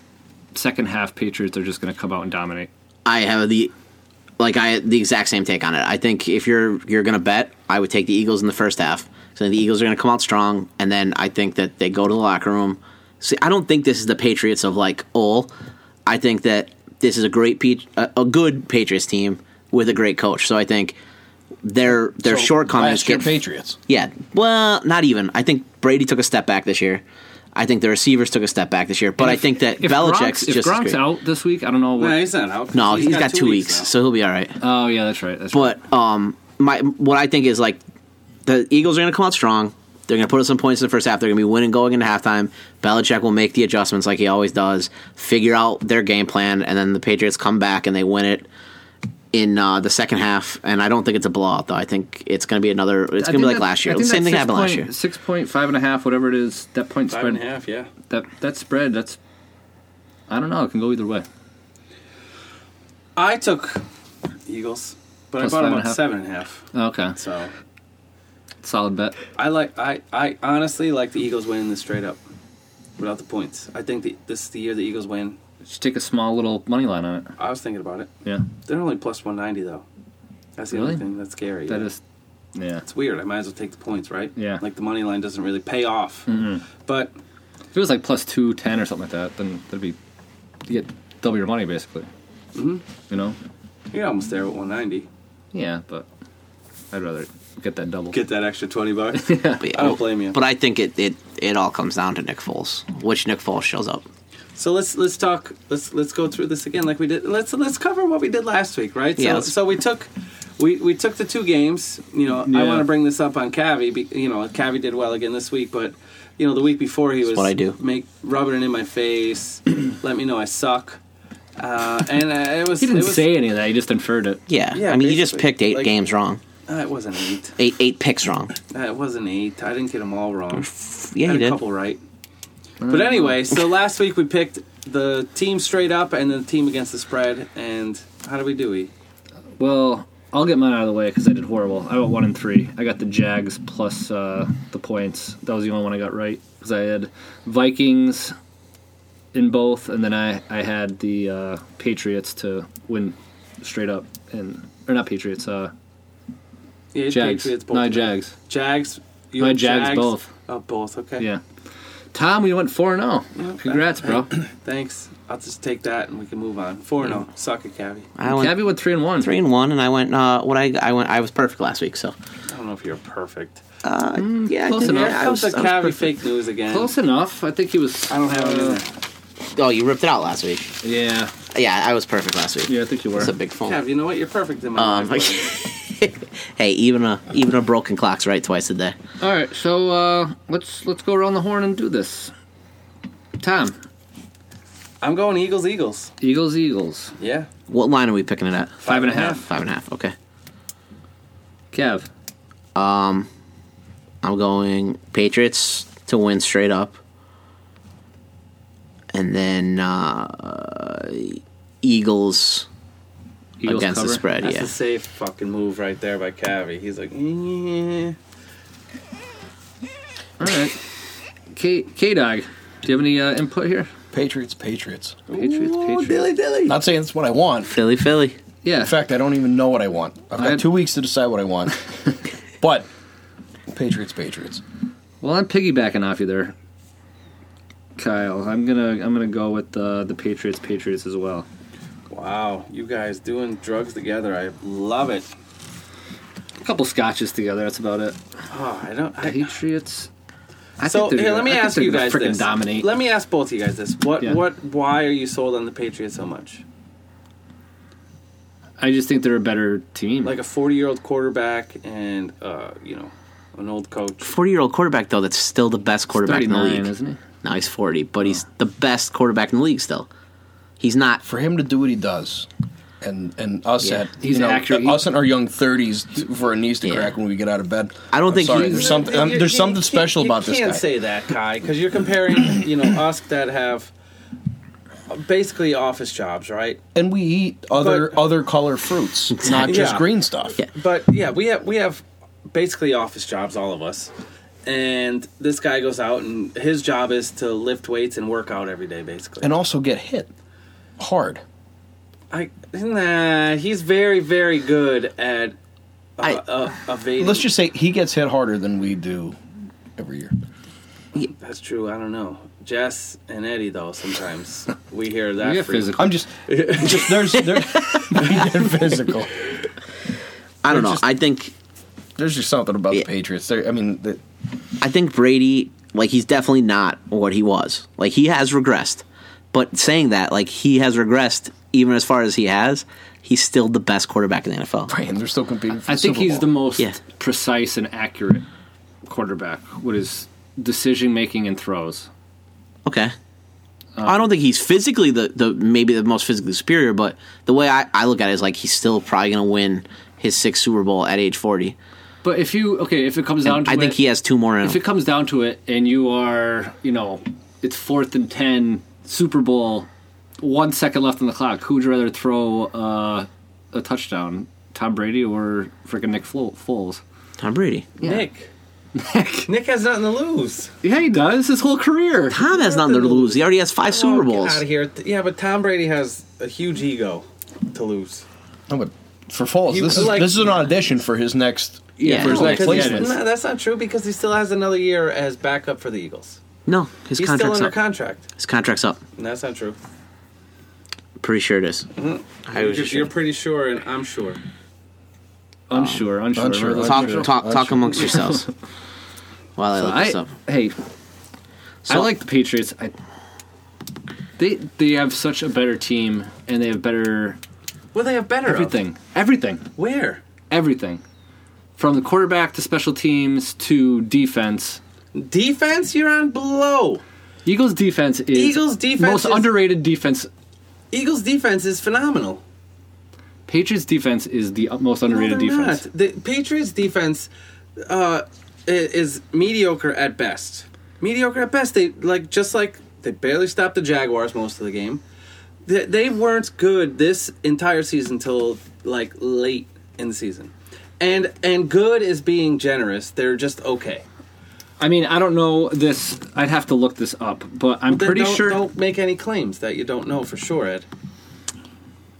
[SPEAKER 8] second half Patriots are just going to come out and dominate.
[SPEAKER 10] I have the like I the exact same take on it. I think if you're you're gonna bet, I would take the Eagles in the first half. So the Eagles are gonna come out strong, and then I think that they go to the locker room. See, I don't think this is the Patriots of like all. I think that this is a great Pe- a, a good Patriots team with a great coach. So I think their their
[SPEAKER 11] So,
[SPEAKER 10] shortcomings
[SPEAKER 11] last year
[SPEAKER 10] get
[SPEAKER 11] Patriots.
[SPEAKER 10] yeah. Well, not even. I think Brady took a step back this year. I think the receivers took a step back this year. But I think that
[SPEAKER 8] if
[SPEAKER 10] Belichick's
[SPEAKER 8] Gronk's, if
[SPEAKER 10] just as
[SPEAKER 8] Gronk's
[SPEAKER 10] great.
[SPEAKER 8] out this week, I don't know. What,
[SPEAKER 9] No, he's not out.
[SPEAKER 10] No, he's got, two weeks,
[SPEAKER 9] now.
[SPEAKER 10] so he'll be all right.
[SPEAKER 8] oh yeah, that's right. That's
[SPEAKER 10] But um, my what I think is like the Eagles are going to come out strong. They're going to put up some points in the first half. They're going to be winning going into halftime. Belichick will make the adjustments like he always does, figure out their game plan, and then the Patriots come back and they win it in uh, the second half. And I don't think it's a blowout though. I think it's going to be another. It's
[SPEAKER 8] I
[SPEAKER 10] going to be
[SPEAKER 8] think
[SPEAKER 10] like
[SPEAKER 8] that-
[SPEAKER 10] last year.
[SPEAKER 8] I
[SPEAKER 10] The
[SPEAKER 8] think
[SPEAKER 10] same
[SPEAKER 8] that
[SPEAKER 10] thing
[SPEAKER 8] six
[SPEAKER 10] happened last
[SPEAKER 8] point-
[SPEAKER 10] year.
[SPEAKER 8] Six point five and a half, whatever it is. That point
[SPEAKER 9] Five
[SPEAKER 8] spread.
[SPEAKER 9] and a half, yeah.
[SPEAKER 8] That that spread. That's I don't know. It can go either way.
[SPEAKER 9] I took Eagles, but
[SPEAKER 8] Plus
[SPEAKER 9] I bought
[SPEAKER 8] five
[SPEAKER 9] them
[SPEAKER 8] and
[SPEAKER 9] at
[SPEAKER 8] a half.
[SPEAKER 9] seven and a half.
[SPEAKER 8] Okay,
[SPEAKER 9] So
[SPEAKER 8] solid bet.
[SPEAKER 9] I like I, I honestly like the Eagles winning this straight up, without the points. I think the, this is the year the Eagles win.
[SPEAKER 8] Just take a small little money line on it.
[SPEAKER 9] I was thinking about it.
[SPEAKER 8] Yeah,
[SPEAKER 9] They're only plus one ninety though. That's the
[SPEAKER 8] Really?
[SPEAKER 9] only thing that's scary.
[SPEAKER 8] that
[SPEAKER 9] yeah.
[SPEAKER 8] is. Yeah,
[SPEAKER 9] It's weird. I might as well take the points, right?
[SPEAKER 8] Yeah. Mm-hmm.
[SPEAKER 9] Like the money line doesn't really pay off. But
[SPEAKER 8] if it was like plus two ten or something like that, then that'd be you get double your money basically.
[SPEAKER 9] Mm-hmm.
[SPEAKER 8] You know.
[SPEAKER 9] you're almost there with one ninety.
[SPEAKER 8] Yeah, but I'd rather get that double.
[SPEAKER 9] Get that extra
[SPEAKER 8] [LAUGHS]
[SPEAKER 9] twenty bucks.
[SPEAKER 10] But yeah,
[SPEAKER 9] I don't blame you.
[SPEAKER 10] But I think it, it, it all comes down to Nick Foles, which Nick Foles shows up.
[SPEAKER 9] So let's let's talk let's let's go through this again like we did. Let's let's cover what we did last week, right?
[SPEAKER 10] Yeah,
[SPEAKER 9] So,
[SPEAKER 10] let's-
[SPEAKER 9] so we took we, we took the two games. You know, I
[SPEAKER 10] Yeah.
[SPEAKER 9] want to bring this up on Cavi. be- You know, Cavi did well again this week, but you know the week before he was
[SPEAKER 10] what I do.
[SPEAKER 9] make rubbing it in my face, [CLEARS THROAT] let me know I suck. Uh, and uh, it was
[SPEAKER 8] He didn't
[SPEAKER 9] it was,
[SPEAKER 8] say any of that. He just inferred it.
[SPEAKER 10] Yeah,
[SPEAKER 9] Yeah,
[SPEAKER 10] I mean, you just
[SPEAKER 9] basically,
[SPEAKER 10] picked eight
[SPEAKER 9] like-
[SPEAKER 10] games wrong.
[SPEAKER 9] Uh, it wasn't eight.
[SPEAKER 10] Eight eight picks wrong.
[SPEAKER 9] Uh, it wasn't eight. I didn't get them all wrong.
[SPEAKER 10] yeah,
[SPEAKER 9] I had
[SPEAKER 10] you
[SPEAKER 9] a
[SPEAKER 10] did.
[SPEAKER 9] couple right. But anyway, so last week we picked the team straight up and the team against the spread. And how do we do? E? We
[SPEAKER 8] Well, I'll get mine out of the way because I did horrible. I went one and three. I got the Jags plus uh, the points. That was the only one I got right because I had Vikings in both, and then I I had the uh, Patriots to win straight up, and or not Patriots. Uh,
[SPEAKER 9] Yeah,
[SPEAKER 8] Jags.
[SPEAKER 9] Patriots both.
[SPEAKER 8] no, Jags.
[SPEAKER 9] Jags.
[SPEAKER 8] My
[SPEAKER 9] had
[SPEAKER 8] Jags both.
[SPEAKER 9] Oh, both. Okay.
[SPEAKER 8] Yeah. Tom, we went four and zero. Congrats, bro.
[SPEAKER 9] Thanks. I'll just take that and we can move on. Four and zero. Suck it, Cavi.
[SPEAKER 10] I went,
[SPEAKER 8] Gabby went three and one.
[SPEAKER 10] Three and one, and I went. Uh, what I I went. I was perfect last week. So
[SPEAKER 9] I don't know if you're perfect.
[SPEAKER 10] uh, yeah,
[SPEAKER 8] Mm, close
[SPEAKER 10] I did,
[SPEAKER 8] enough.
[SPEAKER 10] I
[SPEAKER 9] That was
[SPEAKER 10] was,
[SPEAKER 9] the
[SPEAKER 10] I was
[SPEAKER 9] Cavi
[SPEAKER 10] perfect.
[SPEAKER 9] fake news again.
[SPEAKER 8] Close Uh, enough. I think he was.
[SPEAKER 9] I don't have it in there.
[SPEAKER 10] Oh, you ripped it out last week.
[SPEAKER 8] Yeah.
[SPEAKER 10] Yeah, I was perfect last week.
[SPEAKER 8] Yeah, I think you were.
[SPEAKER 10] It's a big phone.
[SPEAKER 9] Cavi, you know what? You're perfect in my
[SPEAKER 10] Um,
[SPEAKER 9] life. buddy.
[SPEAKER 10] [LAUGHS] hey, even a even a broken clock's right twice a day.
[SPEAKER 8] All right, so uh, let's let's go around the horn and do this. Tom,
[SPEAKER 9] I'm going Eagles. Eagles.
[SPEAKER 8] Eagles, Eagles,
[SPEAKER 9] Yeah.
[SPEAKER 10] What line are we picking it at?
[SPEAKER 8] five and a half.
[SPEAKER 10] Five and a half. Okay.
[SPEAKER 8] Kev,
[SPEAKER 10] Um, I'm going Patriots to win straight up, and then uh, Eagles,
[SPEAKER 8] Eagles
[SPEAKER 10] against the
[SPEAKER 8] cover.
[SPEAKER 10] spread.
[SPEAKER 9] That's
[SPEAKER 10] Yeah.
[SPEAKER 9] a safe fucking move right there by Cavi. He's like, "Eh, yeah.
[SPEAKER 8] All right, K K Dog, do you have any uh, input here?
[SPEAKER 11] Patriots, Patriots.
[SPEAKER 8] Patriots, Patriots.
[SPEAKER 9] dilly.
[SPEAKER 11] Not saying it's what I want.
[SPEAKER 10] Philly, Philly.
[SPEAKER 8] Yeah,
[SPEAKER 11] In fact, I don't even know what I want. I've got
[SPEAKER 8] I-
[SPEAKER 11] two weeks to decide what I want. but Patriots, Patriots.
[SPEAKER 8] Well, I'm piggybacking off you there, Kyle. I'm gonna I'm gonna go with uh, the Patriots, Patriots as well.
[SPEAKER 9] Wow, you guys doing drugs together. I love it.
[SPEAKER 8] A couple scotches together. That's about it.
[SPEAKER 9] Oh, I don't. I,
[SPEAKER 8] Patriots. I
[SPEAKER 9] so
[SPEAKER 8] think they're
[SPEAKER 9] here,
[SPEAKER 8] gonna-
[SPEAKER 9] let me
[SPEAKER 8] I think
[SPEAKER 9] ask
[SPEAKER 8] they're
[SPEAKER 9] you
[SPEAKER 8] gonna
[SPEAKER 9] guys
[SPEAKER 8] frickin'
[SPEAKER 9] this.
[SPEAKER 8] Dominate.
[SPEAKER 9] Let me ask both of you guys this. What?
[SPEAKER 8] Yeah.
[SPEAKER 9] What? Why are you sold on the Patriots so much?
[SPEAKER 8] I just think they're a better team.
[SPEAKER 9] Like a forty-year-old quarterback and uh, you know, an old coach.
[SPEAKER 10] Forty year old quarterback though. That's still the best quarterback in the
[SPEAKER 8] 39,
[SPEAKER 10] league.
[SPEAKER 8] isn't he?
[SPEAKER 10] Now he's forty, but he's the best quarterback in the league still. He's not.
[SPEAKER 11] For him to do what he does, and and us
[SPEAKER 10] Yeah.
[SPEAKER 11] at you
[SPEAKER 8] He's
[SPEAKER 11] know,
[SPEAKER 8] accurate.
[SPEAKER 11] us in our young thirties for our knees to
[SPEAKER 10] Yeah.
[SPEAKER 11] crack when we get out of bed.
[SPEAKER 10] I don't
[SPEAKER 11] I'm
[SPEAKER 10] think
[SPEAKER 11] sorry,
[SPEAKER 10] he's-
[SPEAKER 11] there's something um,
[SPEAKER 9] You-
[SPEAKER 11] there's
[SPEAKER 9] you
[SPEAKER 11] something
[SPEAKER 9] can't-
[SPEAKER 11] special about this
[SPEAKER 9] You
[SPEAKER 11] guy.
[SPEAKER 9] can't say that, Kai, because you're comparing, you
[SPEAKER 11] [COUGHS]
[SPEAKER 9] know, us that have basically office jobs, right?
[SPEAKER 11] and we eat other
[SPEAKER 9] But-
[SPEAKER 11] other color fruits, not just
[SPEAKER 9] Yeah.
[SPEAKER 11] green stuff.
[SPEAKER 10] Yeah.
[SPEAKER 9] But yeah, we have we have basically office jobs, all of us. And this guy goes out, and his job is to lift weights and work out every day, basically.
[SPEAKER 11] And also get hit hard.
[SPEAKER 9] I nah, he's very very good at uh,
[SPEAKER 10] I-
[SPEAKER 9] uh, evading.
[SPEAKER 11] Let's just say he gets hit harder than we do every year.
[SPEAKER 9] That's true. I don't know. Jess and Eddie though. Sometimes we hear that.
[SPEAKER 8] We get
[SPEAKER 9] freak.
[SPEAKER 8] physical.
[SPEAKER 11] I'm just, just there's there, [LAUGHS] we get physical.
[SPEAKER 10] I don't
[SPEAKER 11] They're
[SPEAKER 10] know.
[SPEAKER 11] just-
[SPEAKER 10] I think
[SPEAKER 11] There's just something about
[SPEAKER 10] Yeah.
[SPEAKER 11] the Patriots. They're, I mean, the,
[SPEAKER 10] I think Brady, like, he's definitely not what he was. Like, he has regressed. But saying that, like, he has regressed even as far as he has, he's still the best quarterback in the NFL.
[SPEAKER 11] Brian, they're still competing. For
[SPEAKER 8] I
[SPEAKER 11] the
[SPEAKER 8] think
[SPEAKER 11] Super
[SPEAKER 8] he's the
[SPEAKER 11] Bowl.
[SPEAKER 8] most
[SPEAKER 10] Yeah.
[SPEAKER 8] precise and accurate quarterback with his decision making and throws.
[SPEAKER 10] Okay. I don't think he's physically the, the maybe the most physically superior, but the way I, I look at it is like he's still probably going to win his sixth Super Bowl at age 40.
[SPEAKER 8] But if you okay, if it comes down
[SPEAKER 10] And
[SPEAKER 8] to
[SPEAKER 10] I think
[SPEAKER 8] it,
[SPEAKER 10] he has two more in
[SPEAKER 8] if it
[SPEAKER 10] him.
[SPEAKER 8] comes down to it, and you are you know it's fourth and ten, Super Bowl, one second left on the clock. Who'd you rather throw uh, a touchdown, Tom Brady or freaking Nick Flo- Foles?
[SPEAKER 10] Tom Brady.
[SPEAKER 9] Nick. Nick has nothing to lose.
[SPEAKER 8] Yeah, he does his whole career.
[SPEAKER 10] Tom has nothing to lose. He already has five Super Bowls.
[SPEAKER 9] out of Oh, here. Yeah, but Tom Brady has a huge ego to lose.
[SPEAKER 11] No, but for Foles,
[SPEAKER 9] He-
[SPEAKER 11] this is
[SPEAKER 9] like-
[SPEAKER 11] this is an audition for his next.
[SPEAKER 10] Yeah.
[SPEAKER 8] for his
[SPEAKER 10] No,
[SPEAKER 8] next
[SPEAKER 9] Oh, Because he's-
[SPEAKER 8] placement.
[SPEAKER 9] no, that's not true because he still has another year as backup for the Eagles.
[SPEAKER 10] No,
[SPEAKER 9] He's
[SPEAKER 10] his
[SPEAKER 9] still
[SPEAKER 10] contract's
[SPEAKER 9] under
[SPEAKER 10] up.
[SPEAKER 9] contract.
[SPEAKER 10] his contract's up.
[SPEAKER 9] And that's not true.
[SPEAKER 10] Pretty sure it is. I
[SPEAKER 9] You're,
[SPEAKER 10] was just
[SPEAKER 9] you're pretty sure, and I'm sure.
[SPEAKER 8] Unsure, unsure.
[SPEAKER 11] Unsure,
[SPEAKER 8] Let's-
[SPEAKER 10] talk,
[SPEAKER 11] Unsure.
[SPEAKER 10] talk, talk
[SPEAKER 11] Unsure.
[SPEAKER 10] amongst yourselves while I look this
[SPEAKER 8] I
[SPEAKER 10] up.
[SPEAKER 8] hey,
[SPEAKER 10] So-
[SPEAKER 8] I like the Patriots. I They they have such a better team, and they have better.
[SPEAKER 9] Well, they have better of?
[SPEAKER 8] everything. Everything.
[SPEAKER 9] Where?
[SPEAKER 8] Everything, from the quarterback to special teams to defense.
[SPEAKER 9] Defense, you're on below.
[SPEAKER 8] Eagles defense is
[SPEAKER 9] Eagles defense
[SPEAKER 8] most
[SPEAKER 9] is-
[SPEAKER 8] underrated defense.
[SPEAKER 9] Eagles defense is phenomenal.
[SPEAKER 8] Patriots defense is the most underrated
[SPEAKER 9] they're
[SPEAKER 8] defense.
[SPEAKER 9] not. The Patriots defense uh, i- is mediocre at best. Mediocre at best. They like just like they barely stopped the Jaguars most of the game. They, they weren't good this entire season till like late in the season. And and good is being generous. They're just okay.
[SPEAKER 8] I mean, I don't know this. I'd have to look this up, but I'm
[SPEAKER 9] Then
[SPEAKER 8] pretty
[SPEAKER 9] don't-
[SPEAKER 8] sure.
[SPEAKER 9] Don't make any claims that you don't know for sure, Ed.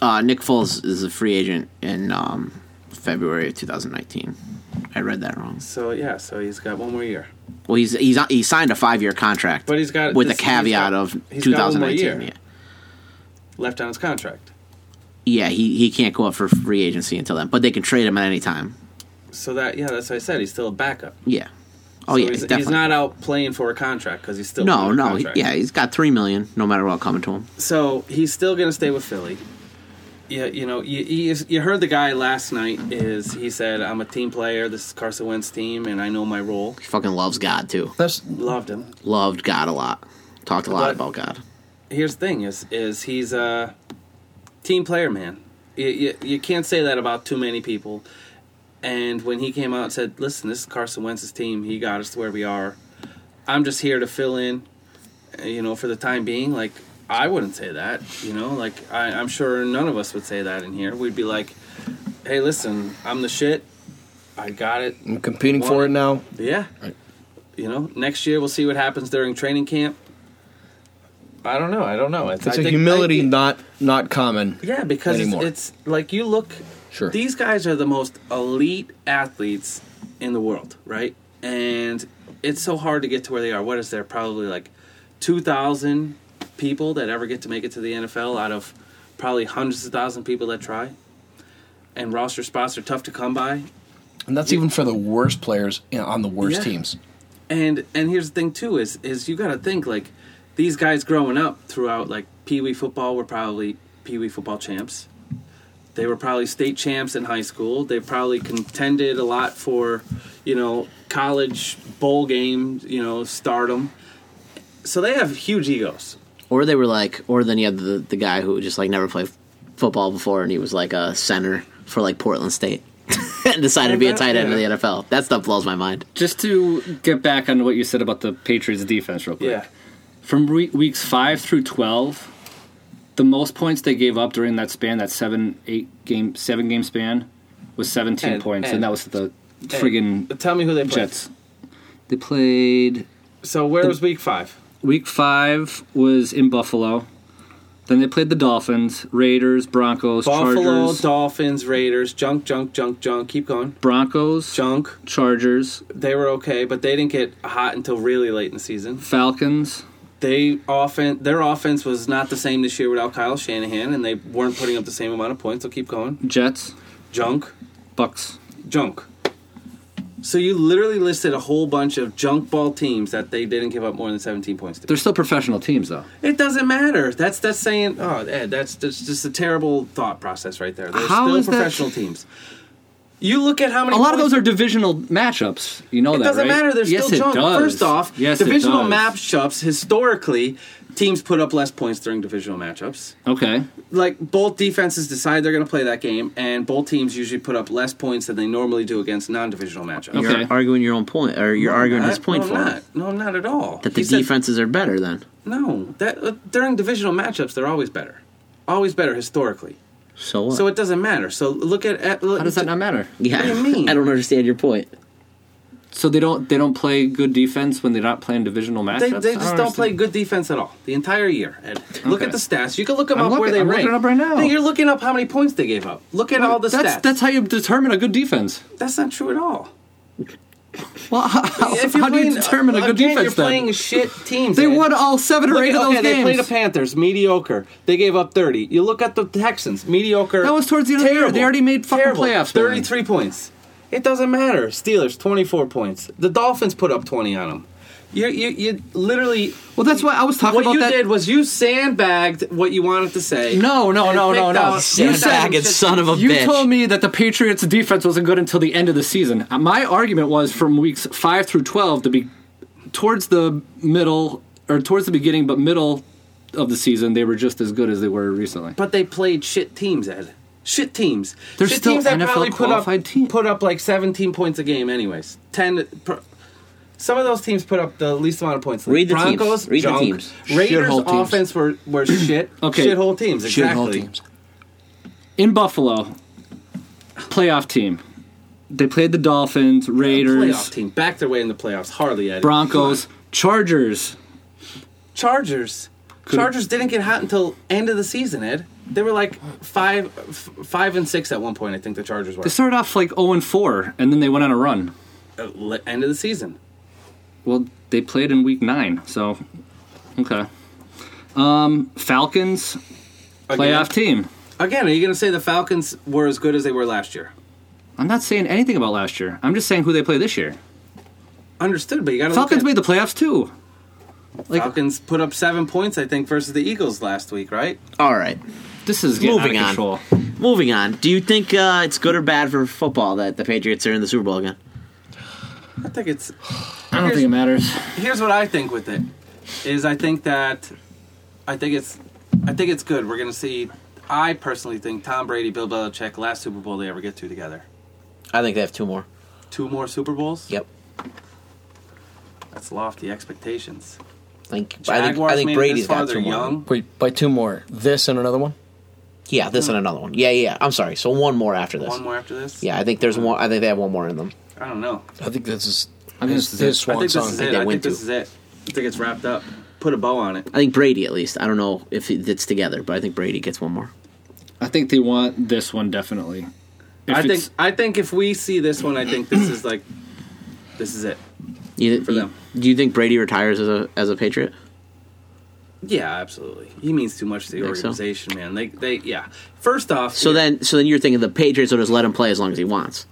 [SPEAKER 10] Uh, Nick Foles is a free agent in um, February of 2019. I read that wrong.
[SPEAKER 9] So yeah, so he's got one more year.
[SPEAKER 10] Well, he's he's he signed a five year contract,
[SPEAKER 9] But he's got-
[SPEAKER 10] with
[SPEAKER 9] this-
[SPEAKER 10] a
[SPEAKER 9] he's got-
[SPEAKER 10] caveat of
[SPEAKER 9] he's got one more
[SPEAKER 10] 2019. Yeah,
[SPEAKER 9] year. Left on his contract.
[SPEAKER 10] yeah, he he can't go up for free agency until then, but they can trade him at any time.
[SPEAKER 9] So that yeah, that's what I said. He's still a backup.
[SPEAKER 10] Yeah. Oh
[SPEAKER 9] So
[SPEAKER 10] yeah,
[SPEAKER 9] he's,
[SPEAKER 10] definitely.
[SPEAKER 9] he's not out playing for a contract because he's still
[SPEAKER 10] no,
[SPEAKER 9] on a
[SPEAKER 10] no,
[SPEAKER 9] contract.
[SPEAKER 10] yeah, he's got three million, no matter what coming to him.
[SPEAKER 9] So he's still gonna stay with Philly. Yeah, you know, you, he is, you heard the guy last night is he said I'm a team player. This is Carson Wentz team, and I know my role.
[SPEAKER 10] He fucking loves God too.
[SPEAKER 11] That's
[SPEAKER 9] Loved him.
[SPEAKER 10] Loved God a lot. Talked a lot
[SPEAKER 9] But-
[SPEAKER 10] about God.
[SPEAKER 9] Here's the thing: is is he's a team player, man. You, you, you can't say that about too many people. And when he came out and said, "Listen, this is Carson Wentz's team. He got us to where we are. I'm just here to fill in, uh, you know, for the time being." Like I wouldn't say that, you know. Like I, I'm sure none of us would say that in here. We'd be like, "Hey, listen, I'm the shit. I got it.
[SPEAKER 11] I'm competing for it now.
[SPEAKER 9] Yeah. You know, next year we'll see what happens during training camp. I don't know. I don't know.
[SPEAKER 11] It's a humility not not common.
[SPEAKER 9] yeah, because it's,
[SPEAKER 11] anymore.
[SPEAKER 9] it's like you look.
[SPEAKER 11] Sure.
[SPEAKER 9] These guys are the most elite athletes in the world, right? And it's so hard to get to where they are. What is there? Probably like two thousand people that ever get to make it to the NFL out of probably hundreds of thousand people that try. And roster spots are tough to come by.
[SPEAKER 11] and that's even for the worst players you know, on the worst
[SPEAKER 9] Yeah.
[SPEAKER 11] teams.
[SPEAKER 9] And and here's the thing too is is you got to think like these guys growing up throughout like Pee Wee football were probably Pee Wee football champs. They were probably state champs in high school. They probably contended a lot for, you know, college bowl game, you know, stardom. So they have huge egos.
[SPEAKER 10] Or they were like, or then you had the the guy who just like never played football before, and he was like a center for like Portland State, [LAUGHS] and decided to be a
[SPEAKER 9] that-
[SPEAKER 10] tight end
[SPEAKER 9] yeah.
[SPEAKER 10] in the NFL. That stuff blows my mind.
[SPEAKER 8] Just to get back on what you said about the Patriots defense, real quick. From re- weeks five through twelve, the most points they gave up during that span, that seven eight game seven game span, was seventeen
[SPEAKER 9] And-
[SPEAKER 8] points, and,
[SPEAKER 9] and-
[SPEAKER 8] that was the
[SPEAKER 9] Hey,
[SPEAKER 8] friggin'
[SPEAKER 9] tell me who they played.
[SPEAKER 8] Jets. They played
[SPEAKER 9] So where was week 5?
[SPEAKER 8] week five was in Buffalo. Then they played the Dolphins, Raiders, Broncos,
[SPEAKER 9] Buffalo,
[SPEAKER 8] Chargers,
[SPEAKER 9] Dolphins, Raiders, junk, junk, junk, junk. Keep going.
[SPEAKER 8] Broncos,
[SPEAKER 9] Junk.
[SPEAKER 8] Chargers,
[SPEAKER 9] They were okay, but they didn't get hot until really late in the season.
[SPEAKER 8] Falcons.
[SPEAKER 9] they often their offense was not the same this year without Kyle Shanahan, and they weren't putting up the same amount of points. So keep going.
[SPEAKER 8] Jets,
[SPEAKER 9] Junk,
[SPEAKER 8] Bucks.
[SPEAKER 9] junk. So you literally listed a whole bunch of junk ball teams that they didn't give up more than 17 points to.
[SPEAKER 8] They're still professional teams, though.
[SPEAKER 9] It doesn't matter. That's that's saying oh Ed, that's that's just a terrible thought process right there. They're
[SPEAKER 8] How
[SPEAKER 9] still
[SPEAKER 8] is that-
[SPEAKER 9] professional teams. You look at how many
[SPEAKER 8] A lot of
[SPEAKER 9] points-
[SPEAKER 8] those are divisional matchups. You know
[SPEAKER 9] It
[SPEAKER 8] that,
[SPEAKER 9] doesn't
[SPEAKER 8] right?
[SPEAKER 9] matter. They're
[SPEAKER 8] yes,
[SPEAKER 9] still
[SPEAKER 8] it
[SPEAKER 9] junk.
[SPEAKER 8] Does.
[SPEAKER 9] First off,
[SPEAKER 8] yes, it
[SPEAKER 9] divisional
[SPEAKER 8] does.
[SPEAKER 9] matchups historically, teams put up less points during divisional matchups.
[SPEAKER 8] Okay.
[SPEAKER 9] like both defenses decide they're going to play that game, and both teams usually put up less points than they normally do against non-divisional matchups.
[SPEAKER 8] Okay.
[SPEAKER 10] You're arguing your own point, or you're arguing his
[SPEAKER 9] Uh,
[SPEAKER 10] point
[SPEAKER 9] no,
[SPEAKER 10] for
[SPEAKER 9] I'm
[SPEAKER 10] him,
[SPEAKER 9] not. No, I'm not at all.
[SPEAKER 10] that the
[SPEAKER 9] He said-
[SPEAKER 10] defenses are better then.
[SPEAKER 9] no, that uh, during divisional matchups they're always better, always better historically.
[SPEAKER 10] So what?
[SPEAKER 9] So it doesn't matter. So look at, at look,
[SPEAKER 8] How does that not matter?
[SPEAKER 10] yeah,
[SPEAKER 9] do you mean?
[SPEAKER 10] [LAUGHS] I don't understand your point.
[SPEAKER 8] So they don't they don't play good defense when they're not playing divisional matchups.
[SPEAKER 9] They,
[SPEAKER 8] I
[SPEAKER 9] they just don't,
[SPEAKER 8] understand.
[SPEAKER 9] play good defense at all the entire year. Ed. Look
[SPEAKER 8] Okay.
[SPEAKER 9] at the stats. You can look them
[SPEAKER 8] I'm
[SPEAKER 9] up where
[SPEAKER 8] looking-
[SPEAKER 9] they
[SPEAKER 8] I'm
[SPEAKER 9] rank.
[SPEAKER 8] looking up right now.
[SPEAKER 9] Hey, You're looking up how many points they gave up. Look at all the
[SPEAKER 8] that's,
[SPEAKER 9] stats.
[SPEAKER 8] That's how you determine a good defense.
[SPEAKER 9] that's not true at all.
[SPEAKER 8] Well, how,
[SPEAKER 9] If you're
[SPEAKER 8] do you
[SPEAKER 9] playing-
[SPEAKER 8] determine a good
[SPEAKER 9] again,
[SPEAKER 8] defense
[SPEAKER 9] You're
[SPEAKER 8] then?
[SPEAKER 9] playing shit teams.
[SPEAKER 8] They
[SPEAKER 9] Ed.
[SPEAKER 8] won all seven or
[SPEAKER 9] Look
[SPEAKER 8] eight
[SPEAKER 9] at-
[SPEAKER 8] of
[SPEAKER 9] okay,
[SPEAKER 8] those
[SPEAKER 9] they played the
[SPEAKER 8] games.
[SPEAKER 9] Panthers, mediocre. They gave up 30. You look at the Texans, mediocre.
[SPEAKER 8] That was towards the end of the year. They already made fucking
[SPEAKER 9] terrible.
[SPEAKER 8] playoffs, man.
[SPEAKER 9] 33 points. It doesn't matter. Steelers, 24 points. The Dolphins put up 20 on them. You, you, you literally.
[SPEAKER 8] Well, that's why I was talking
[SPEAKER 9] what
[SPEAKER 8] about
[SPEAKER 9] you
[SPEAKER 8] that-
[SPEAKER 9] did was you sandbagged what you wanted to say.
[SPEAKER 8] No, no,
[SPEAKER 9] and
[SPEAKER 8] no, no,
[SPEAKER 9] picked
[SPEAKER 8] no.
[SPEAKER 9] out-
[SPEAKER 8] You said-
[SPEAKER 10] Sandbagged son of a
[SPEAKER 8] you
[SPEAKER 10] bitch.
[SPEAKER 8] told me that the Patriots' defense wasn't good until the end of the season. Uh, My argument was from weeks five through twelve to be towards the middle or towards the beginning, but middle of the season, they were just as good as they were recently.
[SPEAKER 9] But they played shit teams, Ed. Shit teams.
[SPEAKER 8] They're
[SPEAKER 9] shit
[SPEAKER 8] still
[SPEAKER 9] teams that
[SPEAKER 8] NFL
[SPEAKER 9] probably put up
[SPEAKER 8] qualified team.
[SPEAKER 9] put up like 17 points a game, anyways. 10. Per, some of those teams put up the least amount of points.
[SPEAKER 10] Read the teams.
[SPEAKER 9] Broncos,
[SPEAKER 10] Read the
[SPEAKER 9] junk.
[SPEAKER 10] teams.
[SPEAKER 9] Raiders
[SPEAKER 8] Shithole teams.
[SPEAKER 9] offense were
[SPEAKER 8] [CLEARS THROAT]
[SPEAKER 9] were shit.
[SPEAKER 8] Okay.
[SPEAKER 9] Shithole teams. Exactly.
[SPEAKER 8] In Buffalo, playoff team. They played the Dolphins, Raiders,
[SPEAKER 9] Playoff team back their way in the playoffs. Hardly Ed.
[SPEAKER 8] Broncos, Chargers.
[SPEAKER 9] Chargers.
[SPEAKER 8] Could-
[SPEAKER 9] Chargers didn't get hot until end of the season, Ed. They were like five, f- five and six at one point. I think the Chargers were
[SPEAKER 8] They started off like 0 and 4, and then they went on a run.
[SPEAKER 9] Uh, le- end of the season.
[SPEAKER 8] Well, they played in week nine, so okay. Um, Falcons
[SPEAKER 9] Again.
[SPEAKER 8] playoff team.
[SPEAKER 9] Again, are you going to say the Falcons were as good as they were last year?
[SPEAKER 8] I'm not saying anything about last year. I'm just saying who they play this year.
[SPEAKER 9] Understood, but you got to
[SPEAKER 8] Falcons made the playoffs too. Like
[SPEAKER 9] Falcons put up seven points, I think, versus the Eagles last week, right?
[SPEAKER 10] All right.
[SPEAKER 8] this is getting
[SPEAKER 10] Moving
[SPEAKER 8] out
[SPEAKER 10] on.
[SPEAKER 8] of control.
[SPEAKER 10] Moving on. Do you think uh, it's good or bad for football that the Patriots are in the Super Bowl again?
[SPEAKER 9] I think it's.
[SPEAKER 8] I don't think it matters.
[SPEAKER 9] Here's what I think with it is I think that I think it's I think it's good. We're going to see. I personally think Tom Brady, Bill Belichick, last Super Bowl they ever get to together.
[SPEAKER 10] I think they have two more.
[SPEAKER 9] Two more Super Bowls.
[SPEAKER 10] Yep.
[SPEAKER 9] That's lofty expectations.
[SPEAKER 10] I think I think,
[SPEAKER 9] Jaguars
[SPEAKER 10] I think
[SPEAKER 9] made it
[SPEAKER 10] Brady's
[SPEAKER 9] this far,
[SPEAKER 10] got two
[SPEAKER 9] they're
[SPEAKER 10] more.
[SPEAKER 9] young.
[SPEAKER 11] Wait, by two more. This and another one.
[SPEAKER 10] Yeah, this and another one. Yeah, yeah. yeah. I'm sorry. So one more after this.
[SPEAKER 9] One more after this.
[SPEAKER 10] Yeah, I think there's one. I think they have one more in them.
[SPEAKER 9] I don't know.
[SPEAKER 11] I think this is.
[SPEAKER 8] I think this is
[SPEAKER 11] his
[SPEAKER 8] it.
[SPEAKER 9] I
[SPEAKER 11] swan
[SPEAKER 9] think this
[SPEAKER 11] song.
[SPEAKER 9] is
[SPEAKER 10] I think
[SPEAKER 9] it.
[SPEAKER 10] they
[SPEAKER 9] I
[SPEAKER 10] win
[SPEAKER 9] think this
[SPEAKER 10] two.
[SPEAKER 9] is it. I think it's wrapped up. Put a bow on it.
[SPEAKER 10] I think Brady at least. I don't know if it's together, but I think Brady gets one more.
[SPEAKER 8] I think they want this one definitely. If
[SPEAKER 9] I think
[SPEAKER 8] it's-
[SPEAKER 9] I think if we see this one, I think this is like this is it.
[SPEAKER 10] You,
[SPEAKER 9] For
[SPEAKER 10] you-
[SPEAKER 9] them.
[SPEAKER 10] Do you think Brady retires as a as a Patriot?
[SPEAKER 9] Yeah, absolutely. He means too much to the
[SPEAKER 10] Think so?
[SPEAKER 9] organization, man. They they yeah. First off,
[SPEAKER 10] So then, so then you're thinking the Patriots will just let him play as long as he wants.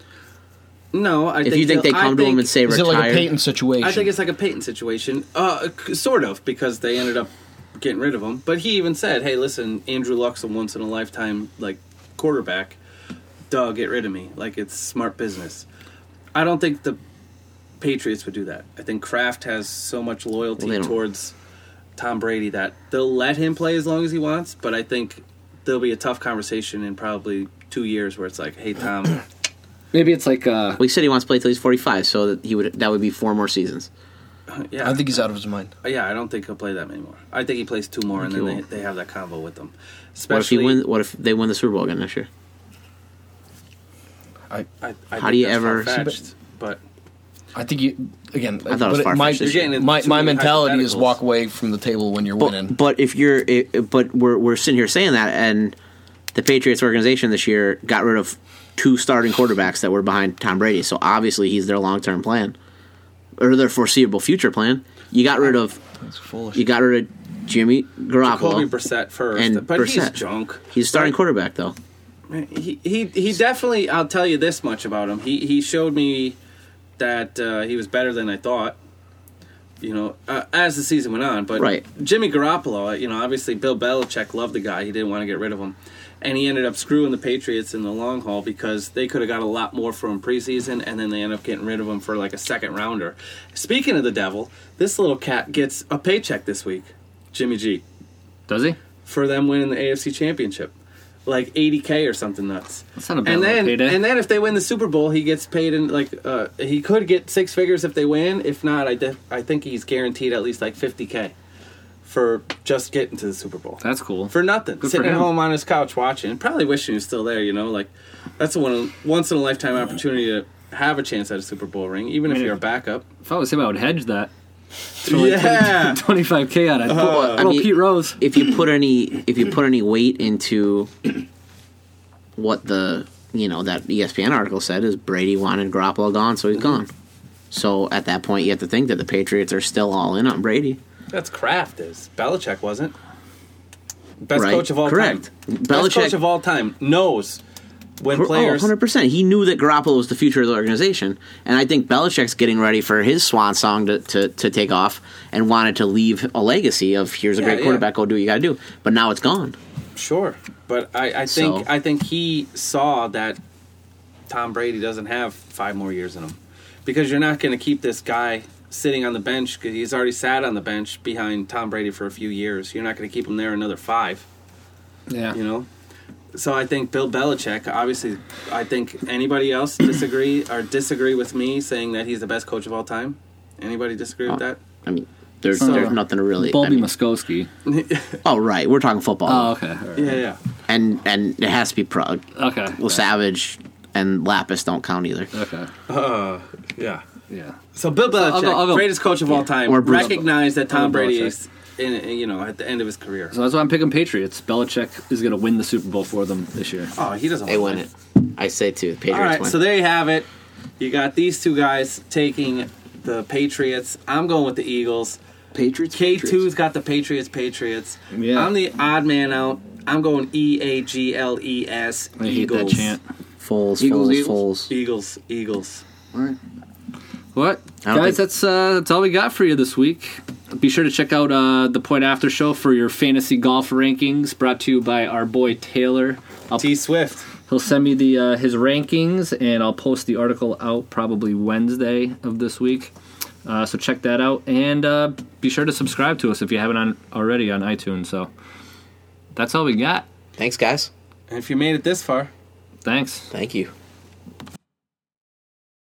[SPEAKER 9] no. I
[SPEAKER 10] If
[SPEAKER 9] think
[SPEAKER 10] you think they
[SPEAKER 9] they'll- I
[SPEAKER 10] come to him
[SPEAKER 9] think-
[SPEAKER 10] and say
[SPEAKER 11] Is it
[SPEAKER 10] retire,
[SPEAKER 11] like a Peyton situation?
[SPEAKER 9] I think it's like a Peyton situation, uh, c- sort of, because they ended up getting rid of him. But he even said, "Hey, listen, Andrew Luck's a once in a lifetime like quarterback. Duh, get rid of me. Like it's smart business." I don't think the Patriots would do that. I think Kraft has so much loyalty
[SPEAKER 10] Well, they don't-
[SPEAKER 9] towards Tom Brady that they'll let him play as long as he wants. But I think there'll be a tough conversation in probably two years where it's like, "Hey, Tom." [CLEARS THROAT]
[SPEAKER 8] maybe it's like uh,
[SPEAKER 10] Well, he said he wants to play till he's 45, so that he would that would be four more seasons.
[SPEAKER 9] Yeah,
[SPEAKER 11] I think he's out of his mind.
[SPEAKER 9] Uh, Yeah, I don't think he'll play that anymore. I think he plays two more, and
[SPEAKER 10] think
[SPEAKER 9] then
[SPEAKER 10] he
[SPEAKER 9] they,
[SPEAKER 10] will.
[SPEAKER 9] they have that convo with him.
[SPEAKER 10] What if he
[SPEAKER 9] Especially,
[SPEAKER 10] win? What if they win the Super Bowl again next year?
[SPEAKER 9] I, I
[SPEAKER 10] How
[SPEAKER 9] think
[SPEAKER 10] do you
[SPEAKER 9] that's
[SPEAKER 10] ever-
[SPEAKER 9] far-fetched, But
[SPEAKER 11] I think you again.
[SPEAKER 10] I thought it was
[SPEAKER 11] but my
[SPEAKER 10] far-fetched. You're
[SPEAKER 9] getting into
[SPEAKER 11] my,
[SPEAKER 9] too
[SPEAKER 11] my
[SPEAKER 9] many
[SPEAKER 11] mentality is
[SPEAKER 9] hypotheticals.
[SPEAKER 11] walk away from the table when you're winning.
[SPEAKER 10] But, but if you're, i- but we're we're sitting here saying that, and the Patriots organization this year got rid of two starting quarterbacks that were behind Tom Brady, so obviously he's their long term plan or their foreseeable future plan. You got rid of
[SPEAKER 11] That's foolish.
[SPEAKER 10] you got rid of Jimmy
[SPEAKER 9] Kobe
[SPEAKER 10] Garoppolo.
[SPEAKER 9] Brissett first,
[SPEAKER 10] and
[SPEAKER 9] but he's
[SPEAKER 10] Brissett.
[SPEAKER 9] junk.
[SPEAKER 10] He's starting quarterback though.
[SPEAKER 9] He, he he definitely. I'll tell you this much about him. He he showed me that uh, he was better than I thought. You know, uh, as the season went on, but
[SPEAKER 10] Right.
[SPEAKER 9] Jimmy Garoppolo. uh, You know, obviously Bill Belichick loved the guy. He didn't want to get rid of him, and he ended up screwing the Patriots in the long haul because they could have got a lot more for him preseason, and then they end up getting rid of him for like a second rounder. Speaking of the devil, this little cat gets a paycheck this week. Jimmy G
[SPEAKER 8] does he?
[SPEAKER 9] for them winning the AFC Championship, like 80k or something nuts.
[SPEAKER 8] That's not a bad
[SPEAKER 9] and
[SPEAKER 8] little
[SPEAKER 9] then
[SPEAKER 8] payday.
[SPEAKER 9] and then if they win the Super Bowl, he gets paid in like uh, he could get six figures if they win. If not, I def- I think he's guaranteed at least like 50k for just getting to the Super Bowl
[SPEAKER 8] That's cool.
[SPEAKER 9] for nothing,
[SPEAKER 8] Good for
[SPEAKER 9] sitting at
[SPEAKER 8] him.
[SPEAKER 9] home on his couch watching, probably wishing he was still there. You know, like that's a one once in a lifetime opportunity to have a chance at a Super Bowl ring, even if
[SPEAKER 8] mean,
[SPEAKER 9] you're a
[SPEAKER 8] if-
[SPEAKER 9] backup.
[SPEAKER 8] if I was him, I would hedge that. [LAUGHS]
[SPEAKER 9] [LAUGHS] Yeah.
[SPEAKER 8] 25k on it.
[SPEAKER 10] Well, Uh, I
[SPEAKER 8] Little
[SPEAKER 10] mean-
[SPEAKER 8] Pete Rose.
[SPEAKER 10] if you put any if you put any weight into what the you know that E ESPN article said is Brady wanted Garoppolo gone, so he's gone. So at that point, you have to think that the Patriots are still all in on Brady.
[SPEAKER 9] That's Kraft is. Belichick wasn't. Best
[SPEAKER 10] Right.
[SPEAKER 9] coach of all
[SPEAKER 10] Correct.
[SPEAKER 9] time.
[SPEAKER 10] Belichick- oh,
[SPEAKER 9] Best coach of all time knows when players.
[SPEAKER 10] 100 percent. He knew that Garoppolo was the future of the organization, and I think Belichick's getting ready for his swan song to, to, to take off, and wanted to leave a legacy of here's a
[SPEAKER 9] Yeah,
[SPEAKER 10] great
[SPEAKER 9] yeah.
[SPEAKER 10] quarterback, go do what you got to do. But now it's gone.
[SPEAKER 9] Sure, but I, I think
[SPEAKER 10] So-
[SPEAKER 9] I think he saw that Tom Brady doesn't have five more years in him because you're not going to keep this guy sitting on the bench because he's already sat on the bench behind Tom Brady for a few years. You're not going to keep him there another five.
[SPEAKER 11] Yeah.
[SPEAKER 9] You know? So I think Bill Belichick, obviously, I think anybody else disagree or disagree with me saying that he's the best coach of all time? Anybody disagree with
[SPEAKER 8] Uh,
[SPEAKER 9] that?
[SPEAKER 10] I mean, there's,
[SPEAKER 9] So-
[SPEAKER 10] there's nothing to really.
[SPEAKER 9] Bobby
[SPEAKER 10] I mean,
[SPEAKER 8] Muskowski.
[SPEAKER 10] oh right, we're talking football.
[SPEAKER 8] Oh, okay.
[SPEAKER 9] Yeah, yeah.
[SPEAKER 10] And and it has to be Prague.
[SPEAKER 8] Okay.
[SPEAKER 10] Well, Savage and Lapis don't count either.
[SPEAKER 8] Okay.
[SPEAKER 9] Uh, yeah.
[SPEAKER 8] Yeah.
[SPEAKER 9] So Bill Belichick,
[SPEAKER 8] I'll go- I'll go-
[SPEAKER 9] greatest coach of all time,
[SPEAKER 8] Or Bruce-
[SPEAKER 9] recognized that Tom
[SPEAKER 8] Bill
[SPEAKER 9] Brady
[SPEAKER 8] Belichick.
[SPEAKER 9] is, in, in, you know, at the end of his career.
[SPEAKER 8] So that's why I'm picking Patriots. Belichick is going to win the Super Bowl for them this year.
[SPEAKER 9] Oh, he doesn't.
[SPEAKER 10] They win it. I say too. The Patriots
[SPEAKER 9] All right,
[SPEAKER 10] win.
[SPEAKER 9] so there you have it. You got these two guys taking the Patriots. I'm going with the Eagles.
[SPEAKER 8] Patriots.
[SPEAKER 9] K2's got the Patriots. Patriots.
[SPEAKER 8] Yeah.
[SPEAKER 9] I'm the odd man out. I'm going E A G L E S.
[SPEAKER 8] I hate that
[SPEAKER 9] Eagles.
[SPEAKER 8] chant.
[SPEAKER 10] Foles,
[SPEAKER 8] Eagles,
[SPEAKER 10] Foles,
[SPEAKER 8] Eagles.
[SPEAKER 10] Foles.
[SPEAKER 9] Eagles. Eagles.
[SPEAKER 8] What?
[SPEAKER 10] I don't
[SPEAKER 8] Guys,
[SPEAKER 10] think-
[SPEAKER 8] that's uh, that's all we got for you this week. Be sure to check out uh, the Point After Show for your fantasy golf rankings, brought to you by our boy Taylor. I'll,
[SPEAKER 9] T Swift.
[SPEAKER 8] he'll send me the uh, his rankings, and I'll post the article out probably Wednesday of this week. Uh, so check that out, and uh, be sure to subscribe to us if you haven't on, already on iTunes. So that's all we got.
[SPEAKER 10] Thanks, guys.
[SPEAKER 9] And if you made it this far,
[SPEAKER 8] Thanks.
[SPEAKER 10] Thank you.